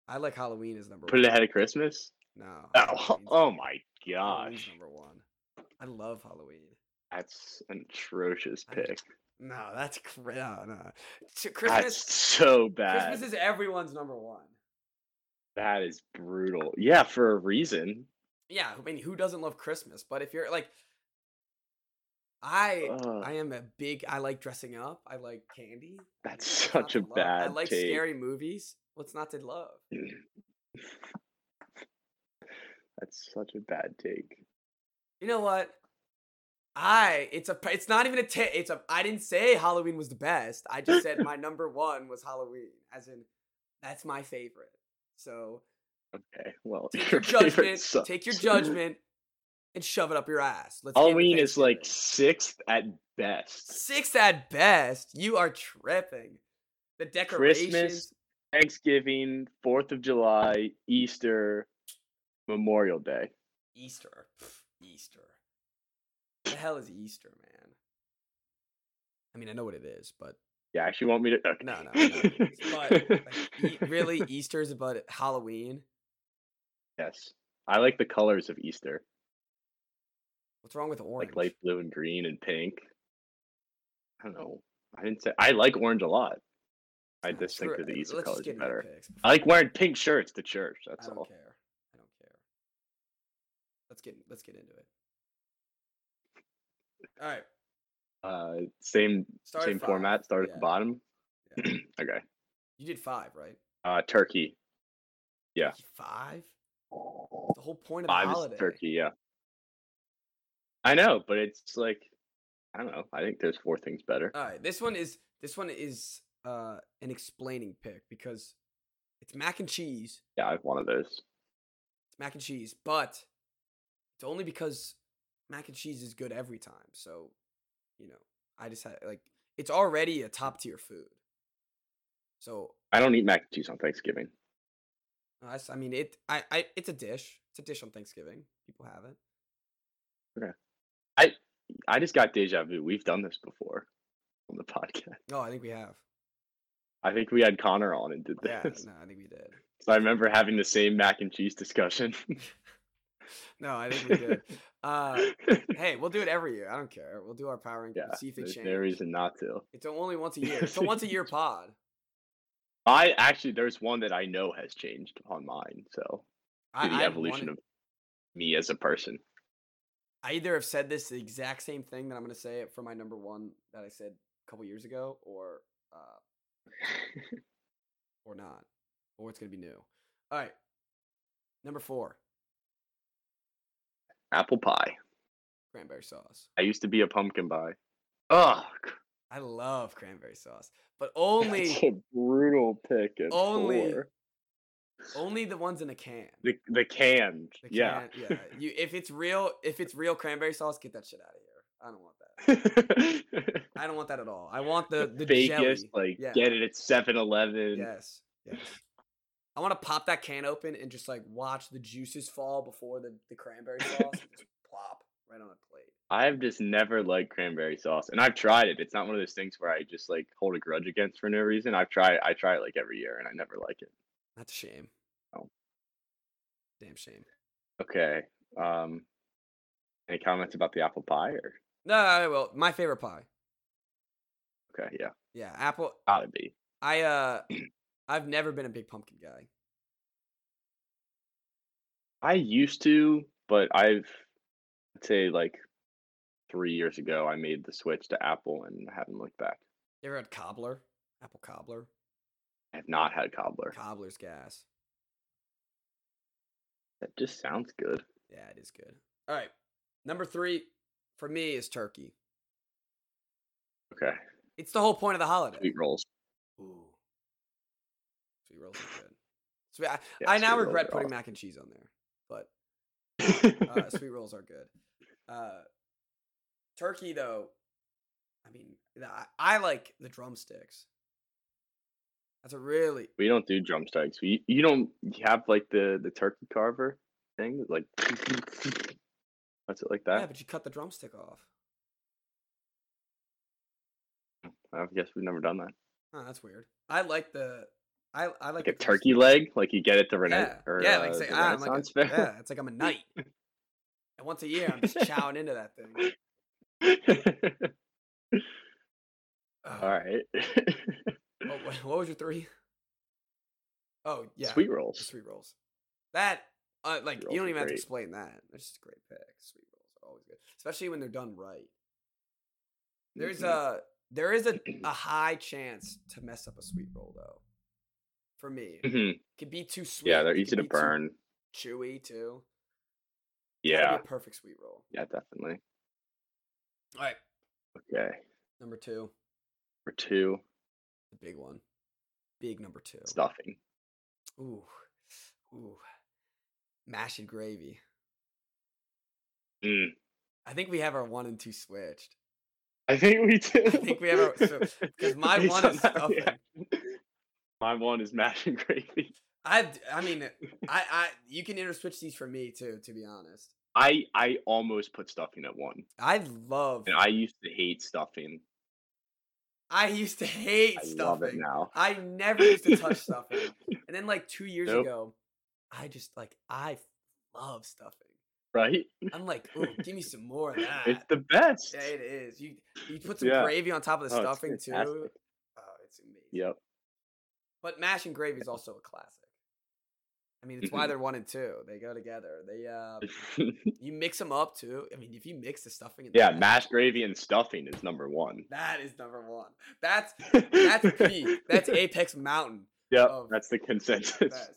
Speaker 1: I like Halloween as number
Speaker 2: Put
Speaker 1: one.
Speaker 2: it ahead of Christmas.
Speaker 1: No.
Speaker 2: Oh,
Speaker 1: Halloween's-
Speaker 2: oh my
Speaker 1: Halloween's
Speaker 2: gosh,
Speaker 1: number one. I love Halloween.
Speaker 2: that's an atrocious
Speaker 1: I
Speaker 2: pick.
Speaker 1: No, that's cra- no, no. Ch- Christmas.
Speaker 2: That's so bad.
Speaker 1: Christmas is everyone's number one.
Speaker 2: That is brutal. Yeah, for a reason.
Speaker 1: yeah i mean who doesn't love christmas but if you're like i
Speaker 2: Ugh.
Speaker 1: i am a big i like dressing up i like candy I
Speaker 2: That's
Speaker 1: mean, what's not
Speaker 2: such a
Speaker 1: to love?
Speaker 2: bad
Speaker 1: i like
Speaker 2: take.
Speaker 1: scary movies what's not to love
Speaker 2: That's such a bad take.
Speaker 1: you know what i it's a it's not even a t- it's a i didn't say halloween was the best i just said my number one was halloween as in that's my favorite so
Speaker 2: Okay, well,
Speaker 1: take your
Speaker 2: favorite
Speaker 1: judgment
Speaker 2: sucks.
Speaker 1: take your judgment and shove it up your ass let's get into
Speaker 2: Halloween is like
Speaker 1: Thanksgiving.
Speaker 2: sixth at best.
Speaker 1: Six at best. You are tripping. The decorations.
Speaker 2: Thanksgiving, Fourth of July, Easter, Memorial Day.
Speaker 1: Easter. Pff, Easter. The hell is Easter, man? I mean, I know what it is, but
Speaker 2: Yeah, actually, want me to? Okay.
Speaker 1: no, no, no. But like, e- really, Easter is about Halloween.
Speaker 2: yes, I like the colors of Easter,
Speaker 1: What's wrong with orange?
Speaker 2: like light blue and green and pink. I don't know. I didn't say I like orange a lot. I
Speaker 1: Nah,
Speaker 2: just think
Speaker 1: screw
Speaker 2: that the
Speaker 1: it.
Speaker 2: Easter
Speaker 1: Let's just
Speaker 2: colors
Speaker 1: get
Speaker 2: are
Speaker 1: into
Speaker 2: better.
Speaker 1: picks
Speaker 2: I like wearing pink shirts to church. That's
Speaker 1: I don't
Speaker 2: all.
Speaker 1: care. I don't care. Let's get let's get into it. All right.
Speaker 2: Uh, same
Speaker 1: Start at
Speaker 2: same
Speaker 1: five.
Speaker 2: format. Start at
Speaker 1: Yeah.
Speaker 2: the bottom.
Speaker 1: Yeah.
Speaker 2: okay.
Speaker 1: You did five, right?
Speaker 2: Uh, turkey. Yeah.
Speaker 1: Five. The whole point of the
Speaker 2: Five
Speaker 1: holiday.
Speaker 2: is turkey. Yeah. I know, but it's like I don't know. I think there's four things better.
Speaker 1: All right, this one is this one is uh an explaining pick because it's mac and cheese.
Speaker 2: yeah, I have one of those.
Speaker 1: It's mac and cheese, but it's only because mac and cheese is good every time. So, you know, I just had like it's already a top tier food. So
Speaker 2: I don't eat mac and cheese on Thanksgiving.
Speaker 1: I, s- I mean it. I, I it's a dish. It's a dish on Thanksgiving. People have it.
Speaker 2: I just got deja vu. We've done this before on the podcast.
Speaker 1: Oh, I think we have.
Speaker 2: I think we had Connor on and did this.
Speaker 1: Yeah, no, I think we did.
Speaker 2: So I remember having the same mac and cheese discussion.
Speaker 1: No, I think we did. Uh, hey, we'll do it every year. I don't care. We'll do our power and
Speaker 2: yeah,
Speaker 1: see if they
Speaker 2: there's
Speaker 1: change.
Speaker 2: no reason not to.
Speaker 1: It's only once a year. It's a once a year pod.
Speaker 2: I actually there's one that I know has changed on mine. So
Speaker 1: I,
Speaker 2: the
Speaker 1: I
Speaker 2: evolution
Speaker 1: wanted-
Speaker 2: of me as a person.
Speaker 1: I either have said this the exact same thing that I'm going to say it for my number one that I said a couple years ago, or uh, or not, or it's going to be new. All right, number four,
Speaker 2: Apple pie.
Speaker 1: cranberry sauce.
Speaker 2: I used to be a pumpkin pie. Oh,
Speaker 1: I love cranberry sauce, but only
Speaker 2: a brutal pick. at
Speaker 1: only-
Speaker 2: four.
Speaker 1: only the ones in a can.
Speaker 2: the the can.
Speaker 1: The
Speaker 2: yeah.
Speaker 1: can- yeah. You if it's real if it's real cranberry sauce, get that shit out of here. I don't want that. I don't want that at all. I want the the
Speaker 2: fakest,
Speaker 1: jelly.
Speaker 2: like
Speaker 1: Yeah.
Speaker 2: get it at 7 Eleven.
Speaker 1: Yes. Yes. I want to pop that can open and just like watch the juices fall before the, the cranberry sauce and just plop right on a plate.
Speaker 2: I've just never liked cranberry sauce, and I've tried it. It's not one of those things where I just like hold a grudge against for no reason. I've tried. I try it like every year, and I never like it.
Speaker 1: That's a shame.
Speaker 2: Oh.
Speaker 1: Damn shame.
Speaker 2: Okay. Um, any comments about the apple pie? Or
Speaker 1: No, well, my favorite pie.
Speaker 2: okay, yeah,
Speaker 1: Yeah, apple.
Speaker 2: gotta be.
Speaker 1: I uh, I've never been a big pumpkin guy.
Speaker 2: I used to, but I've I'd say like three years ago, I made the switch to apple and haven't looked back.
Speaker 1: You ever had cobbler? Apple cobbler.
Speaker 2: I have not had cobbler.
Speaker 1: Cobbler's gas.
Speaker 2: That just sounds good.
Speaker 1: Yeah, it is good. All right, number three for me is turkey.
Speaker 2: Okay,
Speaker 1: It's the whole point of the holiday.
Speaker 2: sweet rolls.
Speaker 1: Ooh. Sweet rolls are good. Sweet, I,
Speaker 2: Yeah,
Speaker 1: I now
Speaker 2: sweet rolls
Speaker 1: regret
Speaker 2: are
Speaker 1: putting
Speaker 2: awesome.
Speaker 1: mac and cheese on there, but uh, sweet rolls are good. Uh, turkey, though, I mean, the- I, I like the drumsticks. That's a really
Speaker 2: we don't do drumsticks. We you don't you have like the the turkey carver thing, like what's it like
Speaker 1: yeah,
Speaker 2: that?
Speaker 1: but you cut the drumstick off.
Speaker 2: I guess we've never done that.
Speaker 1: Huh, that's weird. I like the I I like,
Speaker 2: Like a
Speaker 1: the
Speaker 2: turkey
Speaker 1: drumstick.
Speaker 2: leg, like you get at the
Speaker 1: Yeah,
Speaker 2: Renaissance or
Speaker 1: yeah, like
Speaker 2: uh,
Speaker 1: say,
Speaker 2: the
Speaker 1: ah, I'm like
Speaker 2: Renaissance
Speaker 1: a,
Speaker 2: fair.
Speaker 1: yeah, it's like I'm a knight, and once a year I'm just chowing into that thing. Ugh.
Speaker 2: All right.
Speaker 1: Oh, wha- what was your three? Oh yeah,
Speaker 2: Sweet
Speaker 1: the
Speaker 2: rolls.
Speaker 1: sweet rolls. That uh, like
Speaker 2: rolls
Speaker 1: you don't
Speaker 2: are
Speaker 1: even have to
Speaker 2: great.
Speaker 1: explain that. That's just a great pick. Sweet rolls are always good, especially when they're done right. There's uh,
Speaker 2: Mhm.
Speaker 1: a there is a, a high chance to mess up a sweet roll though. For me, it
Speaker 2: Mhm.
Speaker 1: could be too sweet.
Speaker 2: yeah, they're
Speaker 1: it could
Speaker 2: easy to
Speaker 1: be too
Speaker 2: burn.
Speaker 1: chewy too. Gotta be
Speaker 2: Yeah,
Speaker 1: a perfect sweet roll.
Speaker 2: yeah, definitely.
Speaker 1: All right,
Speaker 2: Okay,
Speaker 1: number two,
Speaker 2: for two,
Speaker 1: the big one, big number two.
Speaker 2: stuffing.
Speaker 1: Ooh, ooh, mashed and gravy.
Speaker 2: Mm.
Speaker 1: I think we have our one and two switched.
Speaker 2: I think we do.
Speaker 1: I think we have our so because my
Speaker 2: Based
Speaker 1: one
Speaker 2: on
Speaker 1: is
Speaker 2: that
Speaker 1: stuffing.
Speaker 2: reaction. My one is mash and gravy.
Speaker 1: I d- I mean I I you can interswitch these for me too. To be honest,
Speaker 2: I I almost put stuffing at one,
Speaker 1: I love.
Speaker 2: and I used to hate stuffing.
Speaker 1: I used to hate
Speaker 2: I
Speaker 1: stuffing.
Speaker 2: love it now.
Speaker 1: I never used to touch stuffing, and then like two years
Speaker 2: Nope.
Speaker 1: ago, I just like I love stuffing.
Speaker 2: Right?
Speaker 1: I'm like, oh, give me some more of that.
Speaker 2: It's the best.
Speaker 1: yeah, it is. You you put some
Speaker 2: Yeah.
Speaker 1: gravy on top of the
Speaker 2: Oh, it's
Speaker 1: stuffing too. Oh,
Speaker 2: fantastic.
Speaker 1: it's amazing.
Speaker 2: Yep.
Speaker 1: But mash and gravy is also a classic. I mean, it's why
Speaker 2: Mhm.
Speaker 1: they're one and two. They go together. They uh, you mix them up too. I mean, if you mix the stuffing, and the
Speaker 2: yeah, mashed gravy and stuffing is number one.
Speaker 1: that is number one. That's that's peak. That's apex mountain.
Speaker 2: Yep,
Speaker 1: of
Speaker 2: that's the consensus.
Speaker 1: That's,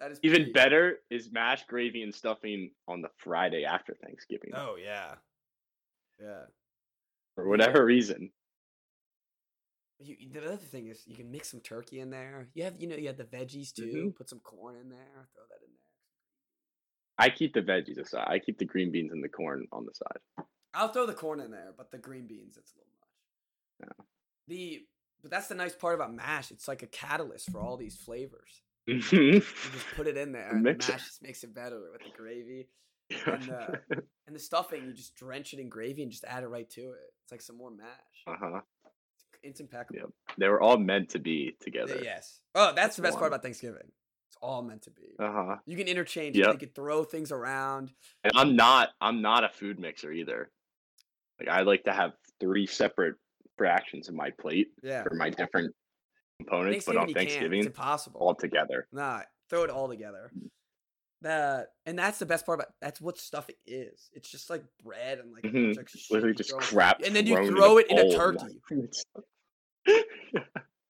Speaker 1: that is
Speaker 2: Even
Speaker 1: peak.
Speaker 2: better is mashed gravy and stuffing on the Friday after Thanksgiving.
Speaker 1: Oh yeah, yeah.
Speaker 2: For
Speaker 1: yeah.
Speaker 2: whatever reason.
Speaker 1: You, you- the other thing is you can mix some turkey in there. You have you know you have the veggies too.
Speaker 2: Mm-hmm.
Speaker 1: Put some corn in there. Throw that in there.
Speaker 2: I keep the veggies aside. I keep the green beans and the corn on the side.
Speaker 1: I'll throw the corn in there, but the green beans it's a little much. The but that's the nice part about mash. It's like a catalyst for all these flavors. You just put it in there, and the mash
Speaker 2: mixer.
Speaker 1: just makes it better with the gravy and
Speaker 2: uh
Speaker 1: the and the stuffing. You just drench it in gravy and just add it right to it. It's like some more mash.
Speaker 2: huh.
Speaker 1: It's impeccable.
Speaker 2: Yep, Uh-huh. They were all meant to be
Speaker 1: Uh,
Speaker 2: together.
Speaker 1: Yes. Oh, that's the best
Speaker 2: That's
Speaker 1: part
Speaker 2: one.
Speaker 1: about Thanksgiving. It's all meant to be.
Speaker 2: Uh huh.
Speaker 1: You can interchange. it.
Speaker 2: Yep.
Speaker 1: You can throw things around.
Speaker 2: And I'm not I'm not a food mixer either. Like I like to have three separate fractions of my plate
Speaker 1: Yeah.
Speaker 2: for my different components, but
Speaker 1: Thanksgiving,
Speaker 2: on
Speaker 1: you can't. It's
Speaker 2: Thanksgiving
Speaker 1: impossible.
Speaker 2: all together.
Speaker 1: Nah, throw it all together.
Speaker 2: Mm.
Speaker 1: The and that's the best part about that's what stuffing is. It's just like bread and like, a bunch
Speaker 2: Mhm.
Speaker 1: of shit
Speaker 2: Literally
Speaker 1: you
Speaker 2: just
Speaker 1: throw in-
Speaker 2: crap.
Speaker 1: and then you
Speaker 2: thrown
Speaker 1: throw it in a
Speaker 2: bowl.
Speaker 1: turkey.
Speaker 2: It's-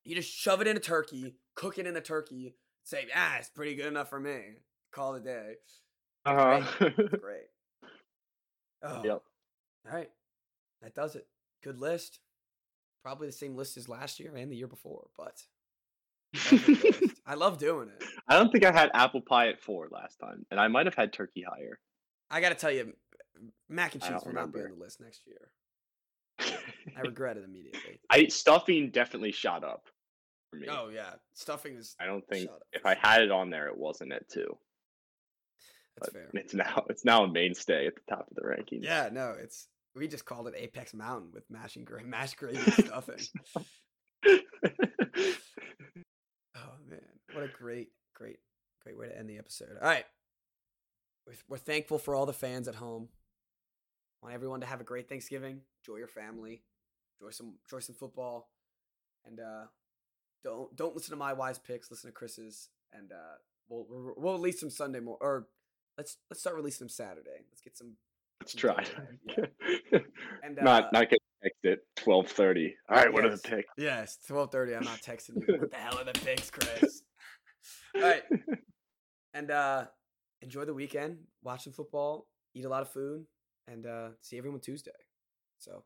Speaker 1: You just shove it in a turkey, cook it in the turkey, say ah, it's pretty good enough for me. Call it a day.
Speaker 2: uh-huh.
Speaker 1: Great. Oh,
Speaker 2: Yep.
Speaker 1: All right, that does it. Good list. Probably the same list as last year and the year before, but that's a good list. I love doing it.
Speaker 2: I don't think I had apple pie at four last time, and I might have had turkey higher.
Speaker 1: I gotta tell you, m- mac and
Speaker 2: I
Speaker 1: cheese will
Speaker 2: don't
Speaker 1: not be on
Speaker 2: remember.
Speaker 1: the list next year. I regret it immediately.
Speaker 2: I stuffing definitely shot up. for me.
Speaker 1: Oh yeah, stuffing is
Speaker 2: I don't think
Speaker 1: Shut up.
Speaker 2: if I had it on there, it wasn't at two.
Speaker 1: that's
Speaker 2: But
Speaker 1: fair.
Speaker 2: it's now it's now a mainstay at the top of the rankings.
Speaker 1: Yeah, no, it's we just called it Apex Mountain with mashing gra- mashed gravy and stuffing. Oh man, what a great, great, great way to end the episode. All right, we're, we're thankful for all the fans at home. Want everyone to have a great Thanksgiving. Enjoy your family. Enjoy some, enjoy some football, and uh, don't don't listen to my wise picks. Listen to Chris's, and uh, we'll we'll we'll release them Sunday more. Or let's let's start releasing them Saturday. Let's get some.
Speaker 2: Let's
Speaker 1: some
Speaker 2: try.
Speaker 1: content, yeah. And, uh,
Speaker 2: not not get texted at twelve thirty. All right, what are the
Speaker 1: Yes.
Speaker 2: picks?
Speaker 1: Yes, twelve thirty. I'm not texting you. What the hell are the picks, Chris? All right. And uh enjoy the weekend, watch some football, eat a lot of food, and uh see everyone Tuesday. So